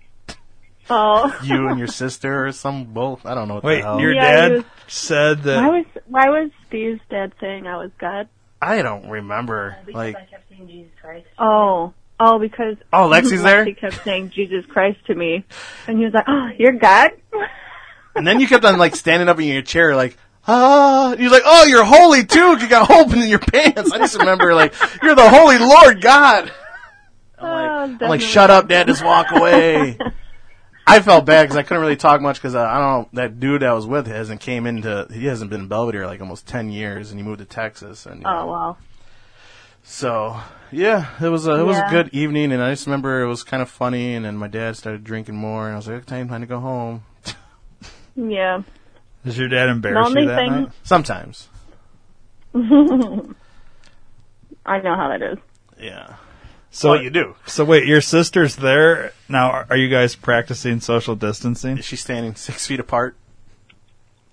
Oh, you and your sister or some bull. I don't know what wait, the hell. your Yeah, dad he was- said why that. was why was Steve's dad saying I was God? I don't remember. Like kept seeing Jesus Christ. Oh, oh, because Oh, Lexi's there? He kept saying Jesus Christ to me, and he was like, "Oh, you're God." [laughs] And then you kept on like standing up in your chair, like, ah. He's like, oh, you're holy too. 'cause You got hope in your pants. I just remember like, you're the holy Lord God. Oh, I'm like, definitely. shut up, Dad. Just walk [laughs] away. I felt bad because I couldn't really talk much because uh, I don't know that dude that was with hasn't came into he hasn't been in Belvedere like almost ten years and he moved to Texas and you know. Oh wow. so yeah it was a, it was a Yeah. good evening and I just remember it was kind of funny and then my dad started drinking more and I was like time time to go home Yeah. [laughs] Does your dad embarrass The only you that thing- night? sometimes I know how that is. yeah So Well, you do. So wait, your sister's there now. Are are you guys practicing social distancing? is she standing six feet apart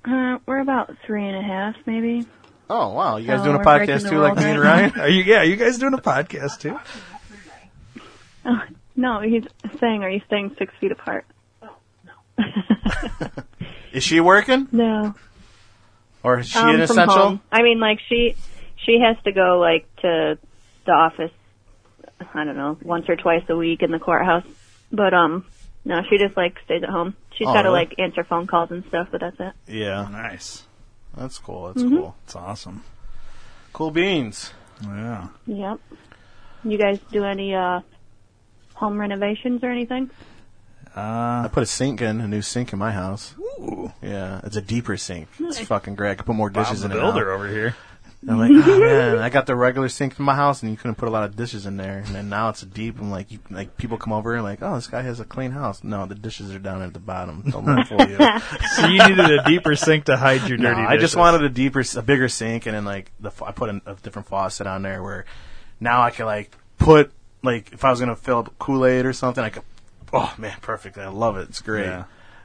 Uh, we're about three and a half, maybe. [laughs] oh wow you guys Oh, doing a we're breaking podcast the too like rules me and [laughs] right [laughs] Ryan Are you? Yeah, are you guys doing a podcast too? Oh, no, he's saying, are you staying six feet apart? Oh, is she working [laughs] No. or is she Um, an from essential home. I mean, like she she has to go like to the office. I don't know, once or twice a week in the courthouse. But um, no, she just like stays at home. She's Oh, got to really? like answer phone calls and stuff, but that's it. yeah Nice. that's cool that's cool It's awesome. cool beans Yeah. Yep. You guys do any uh home renovations or anything? Uh, I put a sink in, a new sink in my house. ooh, Yeah, it's a deeper sink. It's fucking great. I could put more Bob dishes the in it. builder now. over here. [laughs] And I'm like, oh man, I got the regular sink in my house, and you couldn't put a lot of dishes in there. And then now it's deep. I'm like, you, like people come over and like, oh, this guy has a clean house. No, the dishes are down at the bottom. [laughs] Don't let it fool you. So you needed a deeper sink to hide your No, dirty. I just dishes. wanted a deeper, a bigger sink, and then like the fa- I put an, a different faucet on there where now I could like put like if I was gonna fill up Kool Aid or something, I could. Oh man, perfect! I love it. It's great. Yeah.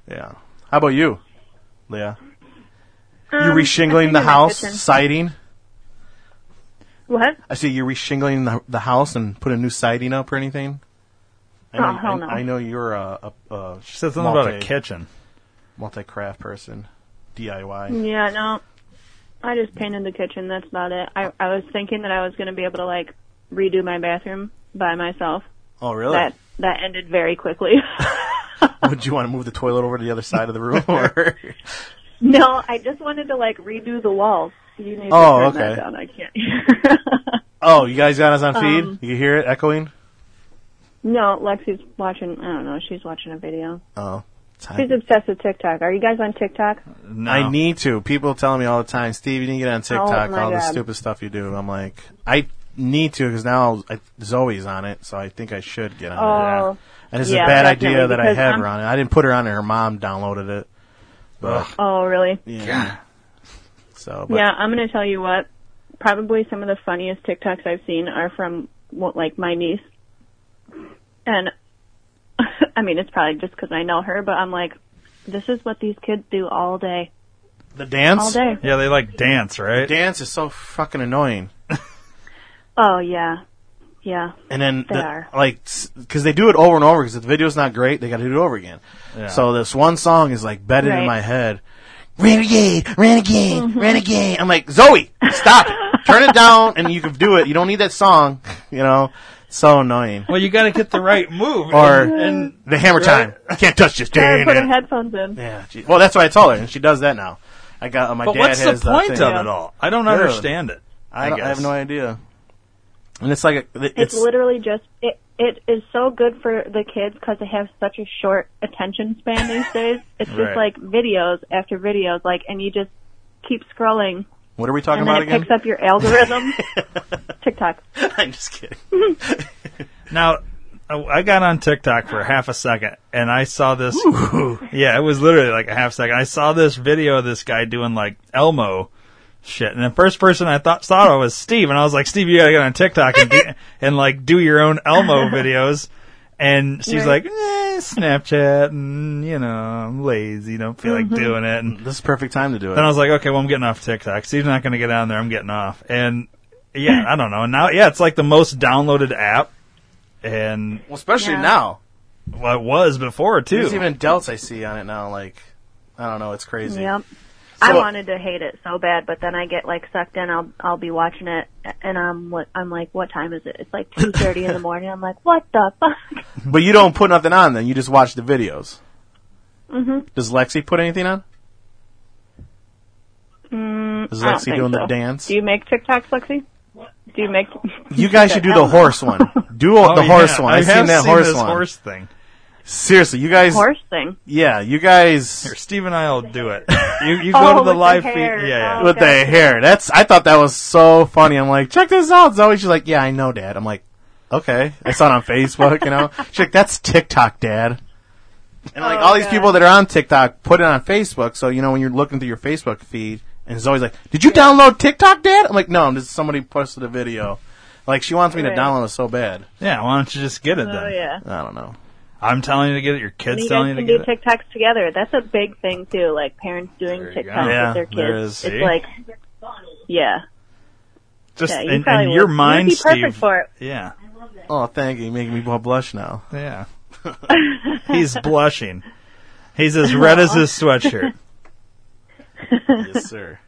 Yeah. How about you, Leah? you Um, reshingling I the think in house kitchen. siding? What? I see you reshingling the the house and put a new siding up or anything. I know, Oh, hell I, no. I know you're a, a, a She said something about a kitchen. multi craft person, DIY. Yeah, no. I just painted the kitchen. That's about it. I I was thinking that I was going to be able to like redo my bathroom by myself. Oh really? That that ended very quickly. [laughs] [laughs] Would you want to move the toilet over to the other side of the [laughs] room? Or? no, I just wanted to like redo the walls. You need Oh, to turn okay. that down. I can't. oh, you guys got us on feed. Um, you can hear it echoing. [laughs] no, Lexi's watching. I don't know. She's watching a video. Oh, She's obsessed with TikTok. Are you guys on TikTok? No. I need to. People tell me all the time, Steve, you need to get on TikTok. Oh my all the God. stupid stuff you do. And I'm like, I need to because now I, Zoe's on it, so I think I should get on it. Oh. And it's Yeah, a bad definitely, idea that I because had I'm- her on it. I didn't put her on it. Her mom downloaded it. But Oh, really? yeah. So, but Yeah, I'm gonna tell you what. Probably some of the funniest TikToks I've seen are from well, like my niece, and [laughs] I mean it's probably just because I know her, but I'm like, this is what these kids do all day, the dance, all day. Yeah, they like dance, right? dance is so fucking annoying. Oh yeah, yeah, And then, They the- are. like, because they do it over and over because if the video's not great, they got to do it over again. Yeah. So this one song is like bedded in Right. Mm-hmm. my head. Renegade, renegade, renegade. I'm like, Zoe, [laughs] stop, it. turn it down, and you can do it. You don't need that song, [laughs] you know. So annoying. well, you got to get the right move. Or and, and the hammer time. I can't touch this. Or put her Yeah, headphones in. gee. well, that's what I told her, and she does that now. I got uh, my but dad what's the has point that of thing. it all? I don't Dude. understand it. I, don't- I have guess. no idea. And it's like a, It's, literally just it. It is so good for the kids because they have such a short attention span these days. It's Right. just like videos after videos, like, and you just keep scrolling, What are we talking and then about it again? picks up [laughs] your algorithm. TikTok. [laughs] I'm just kidding. Now, I- I got on TikTok for half a second and I saw this. Yeah, it was literally like a half second. I saw this video of this guy doing like Elmo shit, and the first person I thought saw it was Steve, and I was like, Steve, you gotta get on TikTok [laughs] and do, and like do your own [laughs] Elmo videos. And Steve's Right. like, eh, Snapchat, and you know, I'm lazy, don't feel like doing it. And This is perfect time to do it. then I was like, okay, well, I'm getting off TikTok. Steve's not going to get on there. I'm getting off. And yeah, I don't know. And now, yeah, it's like the most downloaded app. And well, especially Yeah. now. well, it was before too. There's even adults I see on it now. Like, I don't know. It's crazy. Yep. So- I wanted to hate it so bad, but then I get like sucked in. I'll I'll be watching it, and I'm what I'm like, what time is it? It's [laughs] like two thirty in the morning. I'm like, what the fuck? [laughs] But you don't put nothing on. Then you just watch the videos. Mm-hmm. Does Lexi put anything on? Is Mm, I don't Lexi think doing the so. dance? Do you make TikToks, Lexi? Do you make? You guys should do the horse one. [laughs] Do Oh, the yeah. horse one. I I've have seen that horse this one. horse thing. Seriously, you guys. horse thing. Yeah, you guys Here, Steve and I will do [laughs] it. You, you Oh, go to with the the live feed. hair. Yeah, yeah. Oh. with the hair. That's. I thought that was so funny. I'm like, check this out. Zoe, she's like, yeah, I know, Dad. I'm like, okay. I saw it on Facebook. You know, she's like, that's TikTok, Dad. And like Oh, all these God. people that are on TikTok put it on Facebook. So you know when you're looking through your Facebook feed, and Zoe's like, did you download TikTok, Dad? I'm like, no. Just somebody posted a video. Like she wants me to Right. download it so bad. Yeah, why don't you just get it Oh then? yeah. I don't know. I'm telling you to get it. Your And kid's you telling guys you to can get do it. TikToks together. That's a big thing too. Like parents doing you go. TikToks Yeah, with their there kids. is. it's See? like, yeah, Just yeah. You in, probably in your would. You'd mind, be perfect Steve. for it. Yeah, Oh, thank you. You're making me blush now. yeah. [laughs] He's blushing. He's as red as his sweatshirt. [laughs] yes, sir.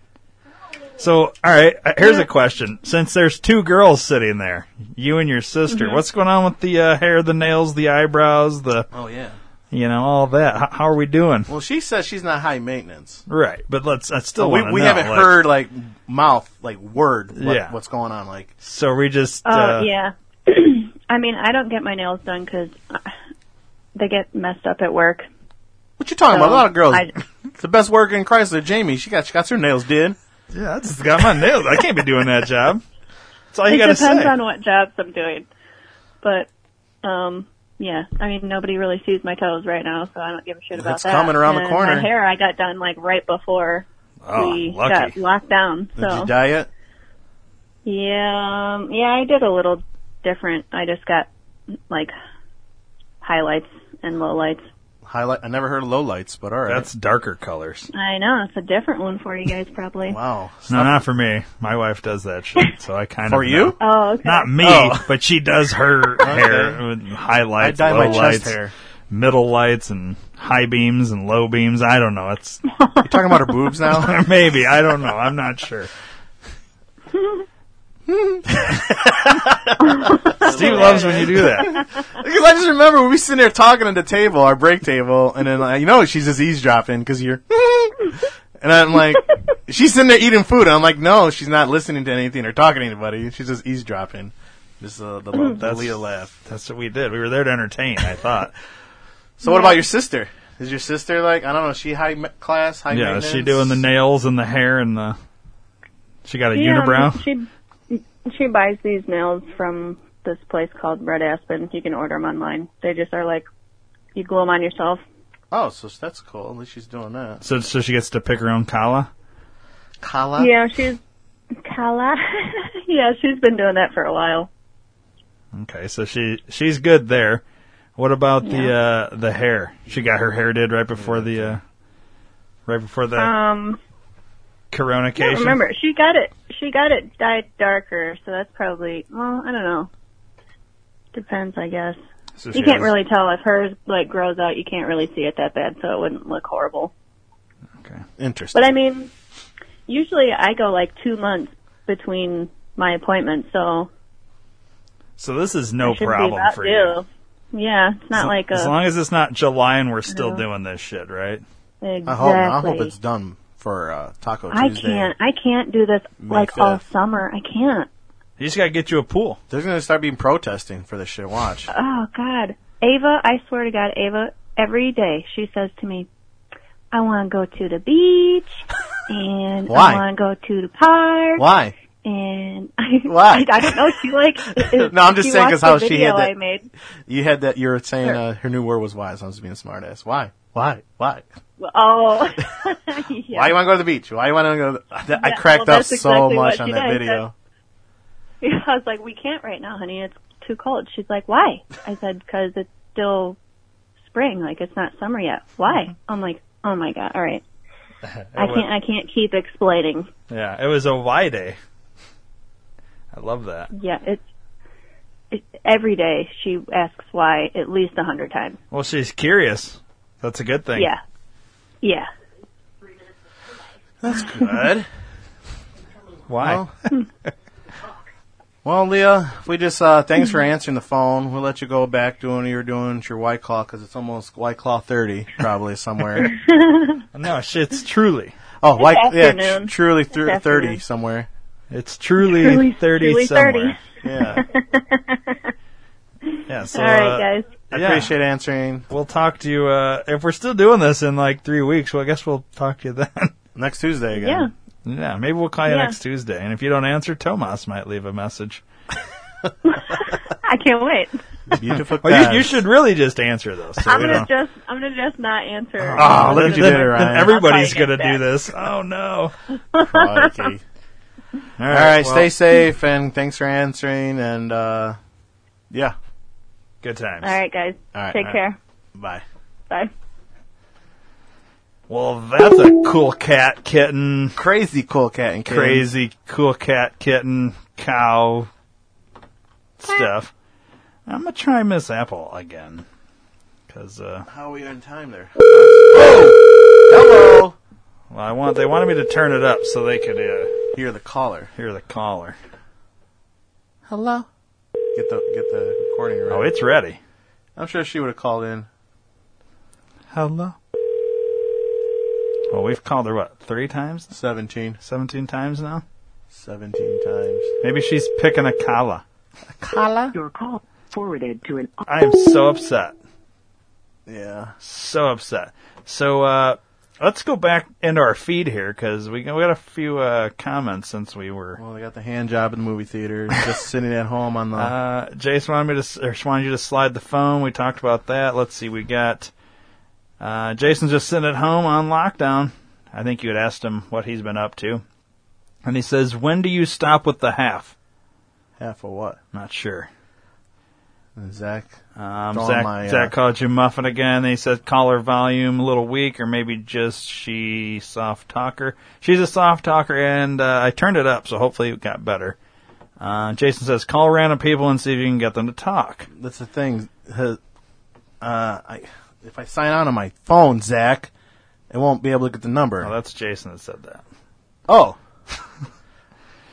So, all right, uh, here's a question. Since there's two girls sitting there, you and your sister, Mm-hmm. what's going on with the uh, hair, the nails, the eyebrows, the Oh yeah. you know all that? H- how are we doing? Well, she says she's not high maintenance. Right, but let's. I still So we wanna we know, haven't like, heard like mouth like word what, Yeah. what's going on like So we just. Oh uh, [clears throat] yeah. I mean, I don't get my nails done because they get messed up at work. what you talking So, about a lot of girls I- the best worker in Chrysler Jamie she got she got her nails did yeah, I [laughs] just got my nails. I can't be doing that job. That's all you it got to depends say. on what jobs I'm doing, but um, yeah. I mean, nobody really sees my toes right now, so I don't give a shit about It's that. coming around the And corner. My hair, I got done like right before oh, we lucky. got locked down. did So you dye it yeah, um, yeah, I did a little different. I just got like highlights and lowlights. highlight I never heard of lowlights but all right That's darker colors. I know it's a different one for you guys, probably. wow No, not for me. My wife does that [laughs] shit, so I kind for of you know. Oh, okay. Not me, Oh. but she does her [laughs] hair with I highlights, dye my low chest lights, hair middle lights, and high beams and low beams. I don't know. It's you talking about her boobs now maybe I don't know. I'm not sure. [laughs] Steve loves when [laughs] you do that. because I just remember we sitting there talking at the table our break table and then like, you know she's just eavesdropping because you're [laughs] and I'm [laughs] like she's sitting there eating food and I'm like no she's not listening to anything or talking to anybody she's just eavesdropping just uh, the, the, That's- Leah laugh. That's what we did. We were there to entertain. I thought. So what about your sister? Is your sister like I don't know? Is she high ma- class, [laughs] high Yeah, maintenance? is she doing the nails and the hair and the. She got a Yeah, unibrow. She she buys these nails from this place called Red Aspen. You can order them online. They just are like you glue them on yourself. Oh, so that's cool. At least she's doing that. So, so she gets to pick her own kala. Kala. yeah, she's Kala. [laughs] yeah, she's been doing that for a while. Okay, so she she's good there. What about the uh, the hair? She got her hair did right before the uh, right before the Um, corona I case. don't remember she got it. She got it dyed darker, so that's probably well. I don't know. Depends, I guess. So she You can't has- really tell if hers like grows out. You can't really see it that bad, so it wouldn't look horrible. Interesting. But I mean, usually I go like two months between my appointments, so So this is no should be problem about for due. you. Yeah, it's not As- like a as long as it's not July and we're still doing this shit, right? exactly. I hope. I hope it's done for uh, Taco I Tuesday. can't. I can't do this May like all 5th. summer. I can't. You just gotta get you a pool. There's gonna start being protesting for this shit. Watch. Oh God, Ava! I swear to God, Ava. Every day she says to me, "I want to go to [laughs] the beach, and Why? I want to go to the park, Why? and [laughs] Why? I, I don't know. [laughs] She like. No, I'm just she saying 'cause watched how the she video had that- I made. You had that. You were saying uh, her new word was wise. I was being a smart ass. Why? Why? Why? Oh, [laughs] [laughs] Why yeah. you want to go to the beach? Why you want to go? To the- I Yeah, cracked well, up that's so exactly much what on she that does. [laughs] video. I was like, we can't right now, honey. It's too cold. She's like, why? I said, because it's still spring. Like it's not summer yet. Mm-hmm. Why? I'm like, oh my god. All [laughs] right. I can't. I can't keep explaining. Yeah, it was a Y day. I love that. Yeah, it's. It, every day she asks why at least a hundred times. Well, she's curious. That's a good thing. Yeah, yeah. Good. Why? Well, Hmm. [laughs] Well, Leah, if we just uh, thanks for answering the phone. We'll let you go back doing what you're doing. It's your White [laughs] Claw because it's almost White Claw thirty, probably somewhere. no, shit's truly. Oh, like yeah, tr- afternoon. truly thir- This thirty afternoon. somewhere. It's truly, Truly- 30 truly 30. somewhere. [laughs] Yeah, Yeah, so All right, uh, guys. I Yeah. appreciate answering. we'll talk to you uh, if we're still doing this in like three weeks. Well, I guess we'll talk to you [laughs] then. Next Tuesday again. Yeah. yeah, maybe we'll call you Yeah. next Tuesday, and if you don't answer, Tomas might leave a message. I [laughs] can't wait. Beautiful. [laughs] Well, guys. you, you should really just answer though. So I'm we gonna don't- just I'm gonna just not answer. Oh, look then- [laughs] at you then- did it, Ryan. then everybody's I'll call gonna you next do time. this. Oh no! Crikey. All right, All right, well, stay safe and thanks for answering. And uh, yeah, Good times. All right, guys. All right, Take all right. care. bye. Bye. Well, that's a cool cat kitten. Crazy cool cat and kitten. crazy cool cat kitten cow stuff. I'm gonna try Miss Apple again because uh, How are we on time there? Oh, hello. well, I want they wanted me to turn it up so they could uh, You're the caller. hear the caller. Hello. Get the get the recording right. Oh, it's ready. I'm sure she would have called in. Hello. Well, we've called her what three times, 17. seventeen times now. 17 times. Maybe she's picking a kala. Your call forwarded to an I am so upset. Yeah. so upset. So uh, let's go back into our feed here because we, we got a few uh, comments since we were. Well, they got the hand job in the [laughs] movie theater, just sitting at home on the. Uh, Jace wanted me to, or she wanted you to slide the phone. We talked about that. Let's see, we got uh, Jason's just sitting at home on lockdown. I think you had asked him what he's been up to, and he says, "When do you stop with the half?" half of what? Not sure. Zach. Um, It's all Zach, my, uh, Zach called you muffin again. He said caller volume a little weak, or maybe just she soft talker. She's a soft talker, and uh, I turned it up, so hopefully it got better. Uh, Jason says call random people and see if you can get them to talk. That's the thing. Uh, I, if I sign on on my phone, Zach, it won't be able to get the number. Oh, that's Jason that said that. [laughs] Oh.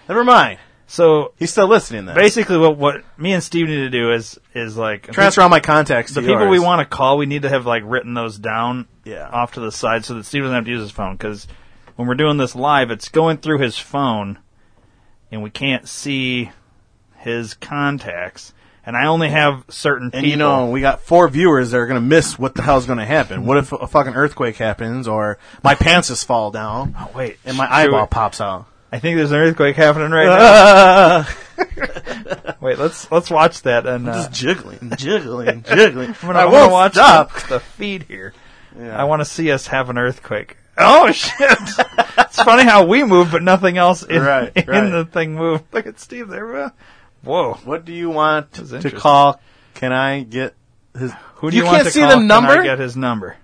Never mind. So He's still listening then. basically, what what me and Steve need to do is is like Transfer all my contacts the to people yours. we want to call, we need to have like written those down Yeah. off to the side so that Steve doesn't have to use his phone. Because when we're doing this live, it's going through his phone, and we can't see his contacts. And I only have certain And people. you know, we got four viewers that are going to miss what the hell's going to happen. What if a fucking earthquake happens or my pants just fall down oh, wait, and my shoot. eyeball pops out? I think there's an earthquake happening [laughs] right now. [laughs] Wait, let's let's watch that and uh, Just jiggling, [laughs] jiggling, jiggling. [laughs] I'm gonna, I I won't want to watch stop. [laughs] The, the feed here. I want to see us have an earthquake. Oh [laughs] shit! it's funny how we moved, but nothing else in, Right, [laughs] in right. the thing moved. Look at Steve there. Whoa! What do you want That's to interesting. call? Can I get his? Who do you, want can't to see call? the Can I number. get his number.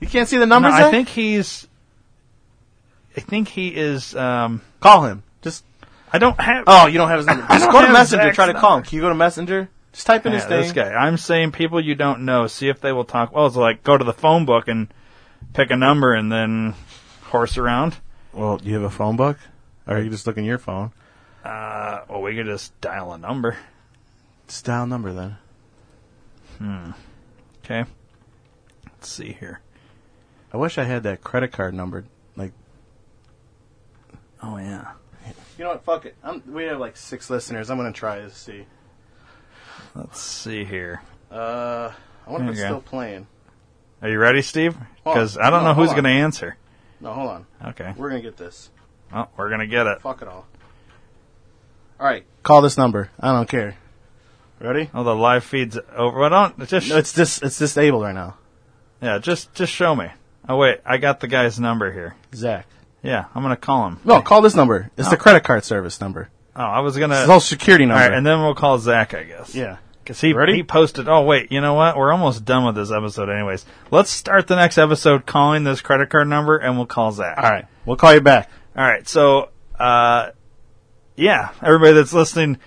You can't see the No, number. I Zach? think he's. I think he is. Um, call him. Just I don't have. oh, you [laughs] don't have his number. Just don't go to have Messenger. Zach's try to call him. Can you go to Messenger? Just type in Yeah, his thing. this guy. I'm saying people you don't know. See if they will talk. Well, it's like go to the phone book and pick a number and then horse around. Well, do you have a phone book, or you just look in your phone? Uh, well, we could just dial a number. Just dial number then. Okay. Let's see here. I wish I had that credit card number. Like, Oh yeah. you know what? Fuck it. I'm, we have like six listeners. I'm gonna try to see. Let's see here. Uh, I There wonder if it's you go. still playing. Are you ready, Steve? Hold on. Because I don't No, know hold who's on. going to answer. No, hold on. Okay. We're gonna get this. Well, we're going to get it. Fuck it all. All right, call this number. I don't care. Ready? Oh, the live feed's over. Well, don't just No, it's dis it's disabled right now. yeah, just just show me. Oh wait, I got the guy's number here. Zach. Yeah, I'm going to call him. No, call this number. It's the credit card service number. Oh, I was going It's to. the social security All number. right, and then we'll call Zach, I guess. yeah. Because he, Ready? he posted, oh, wait, you know what? We're almost done with this episode, anyways. Let's start the next episode calling this credit card number, and we'll call Zach. All right, we'll call you back. All right, so uh, yeah, everybody that's listening,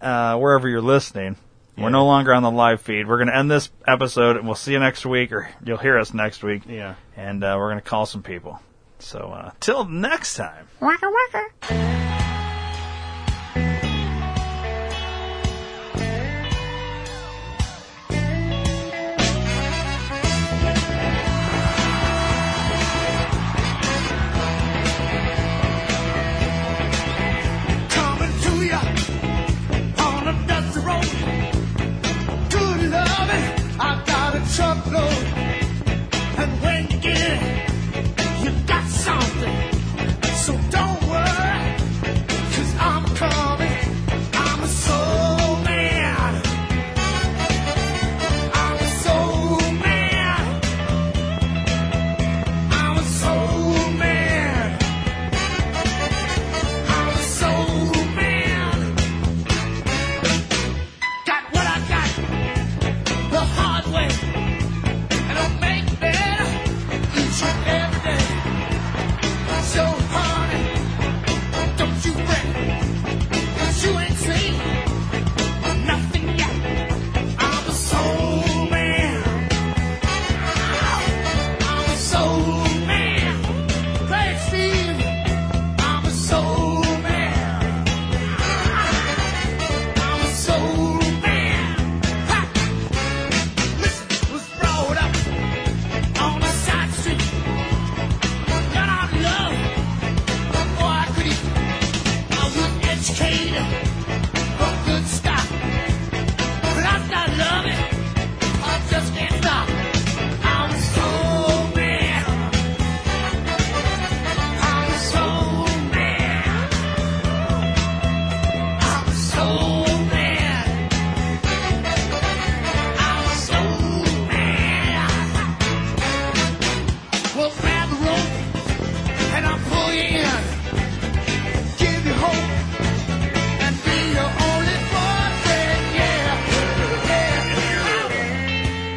uh, wherever you're listening, we're no longer on the live feed. We're going to end this episode, and we'll see you next week, or you'll hear us next week. Yeah. and uh, we're going to call some people. So uh, till next time. Waka waka. Waka should stop. But I start loving. I just can't stop. I'm so mad. I'm so mad. I'm so mad. I'm so mad. Well, grab the rope and I'll pull you in. Give you hope and be your only boyfriend, yeah. yeah.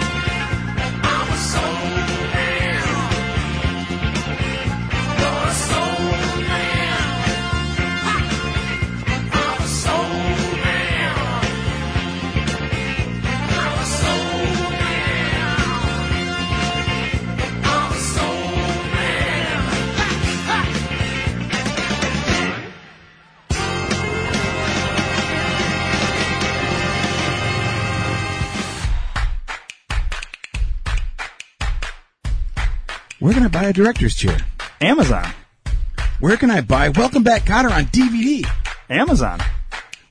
I'm so mad. You're so mad. I'm so mad. I'm so mad. I'm so mad. Where can I buy a director's chair? Amazon. Where can I buy Welcome Back Cotter on DVD? Amazon.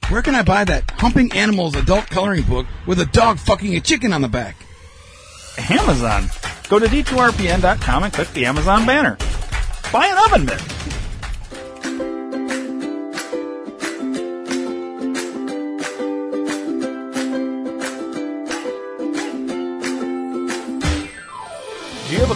Where can I buy that Humping Animals adult coloring book with a dog fucking a chicken on the back? Amazon. Go to d2rpn.com and click the Amazon banner. Buy an oven mitt. Do you have a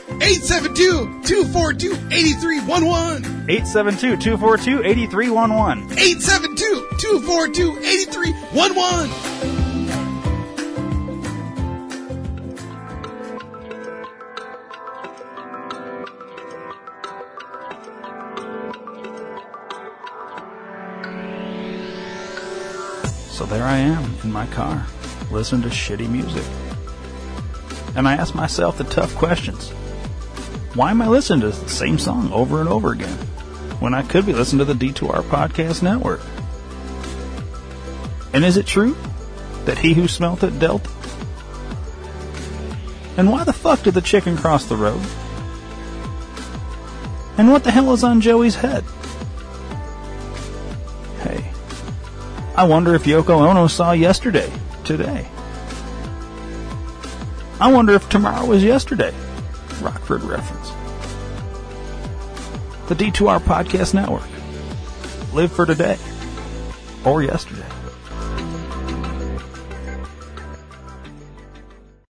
872 242 8311! 872 242 8311. 872 242 8311! So there I am in my car, listening to shitty music. And I ask myself the tough questions Why am I listening to the same song over and over again when I could be listening to the D2R Podcast Network? And is it true that he who smelt it dealt? And why the fuck did the chicken cross the road? And what the hell is on Joey's head? Hey, I wonder if Yoko Ono saw yesterday, today. I wonder if tomorrow is yesterday. Rockford reference. The D2R Podcast Network. Live for today or yesterday.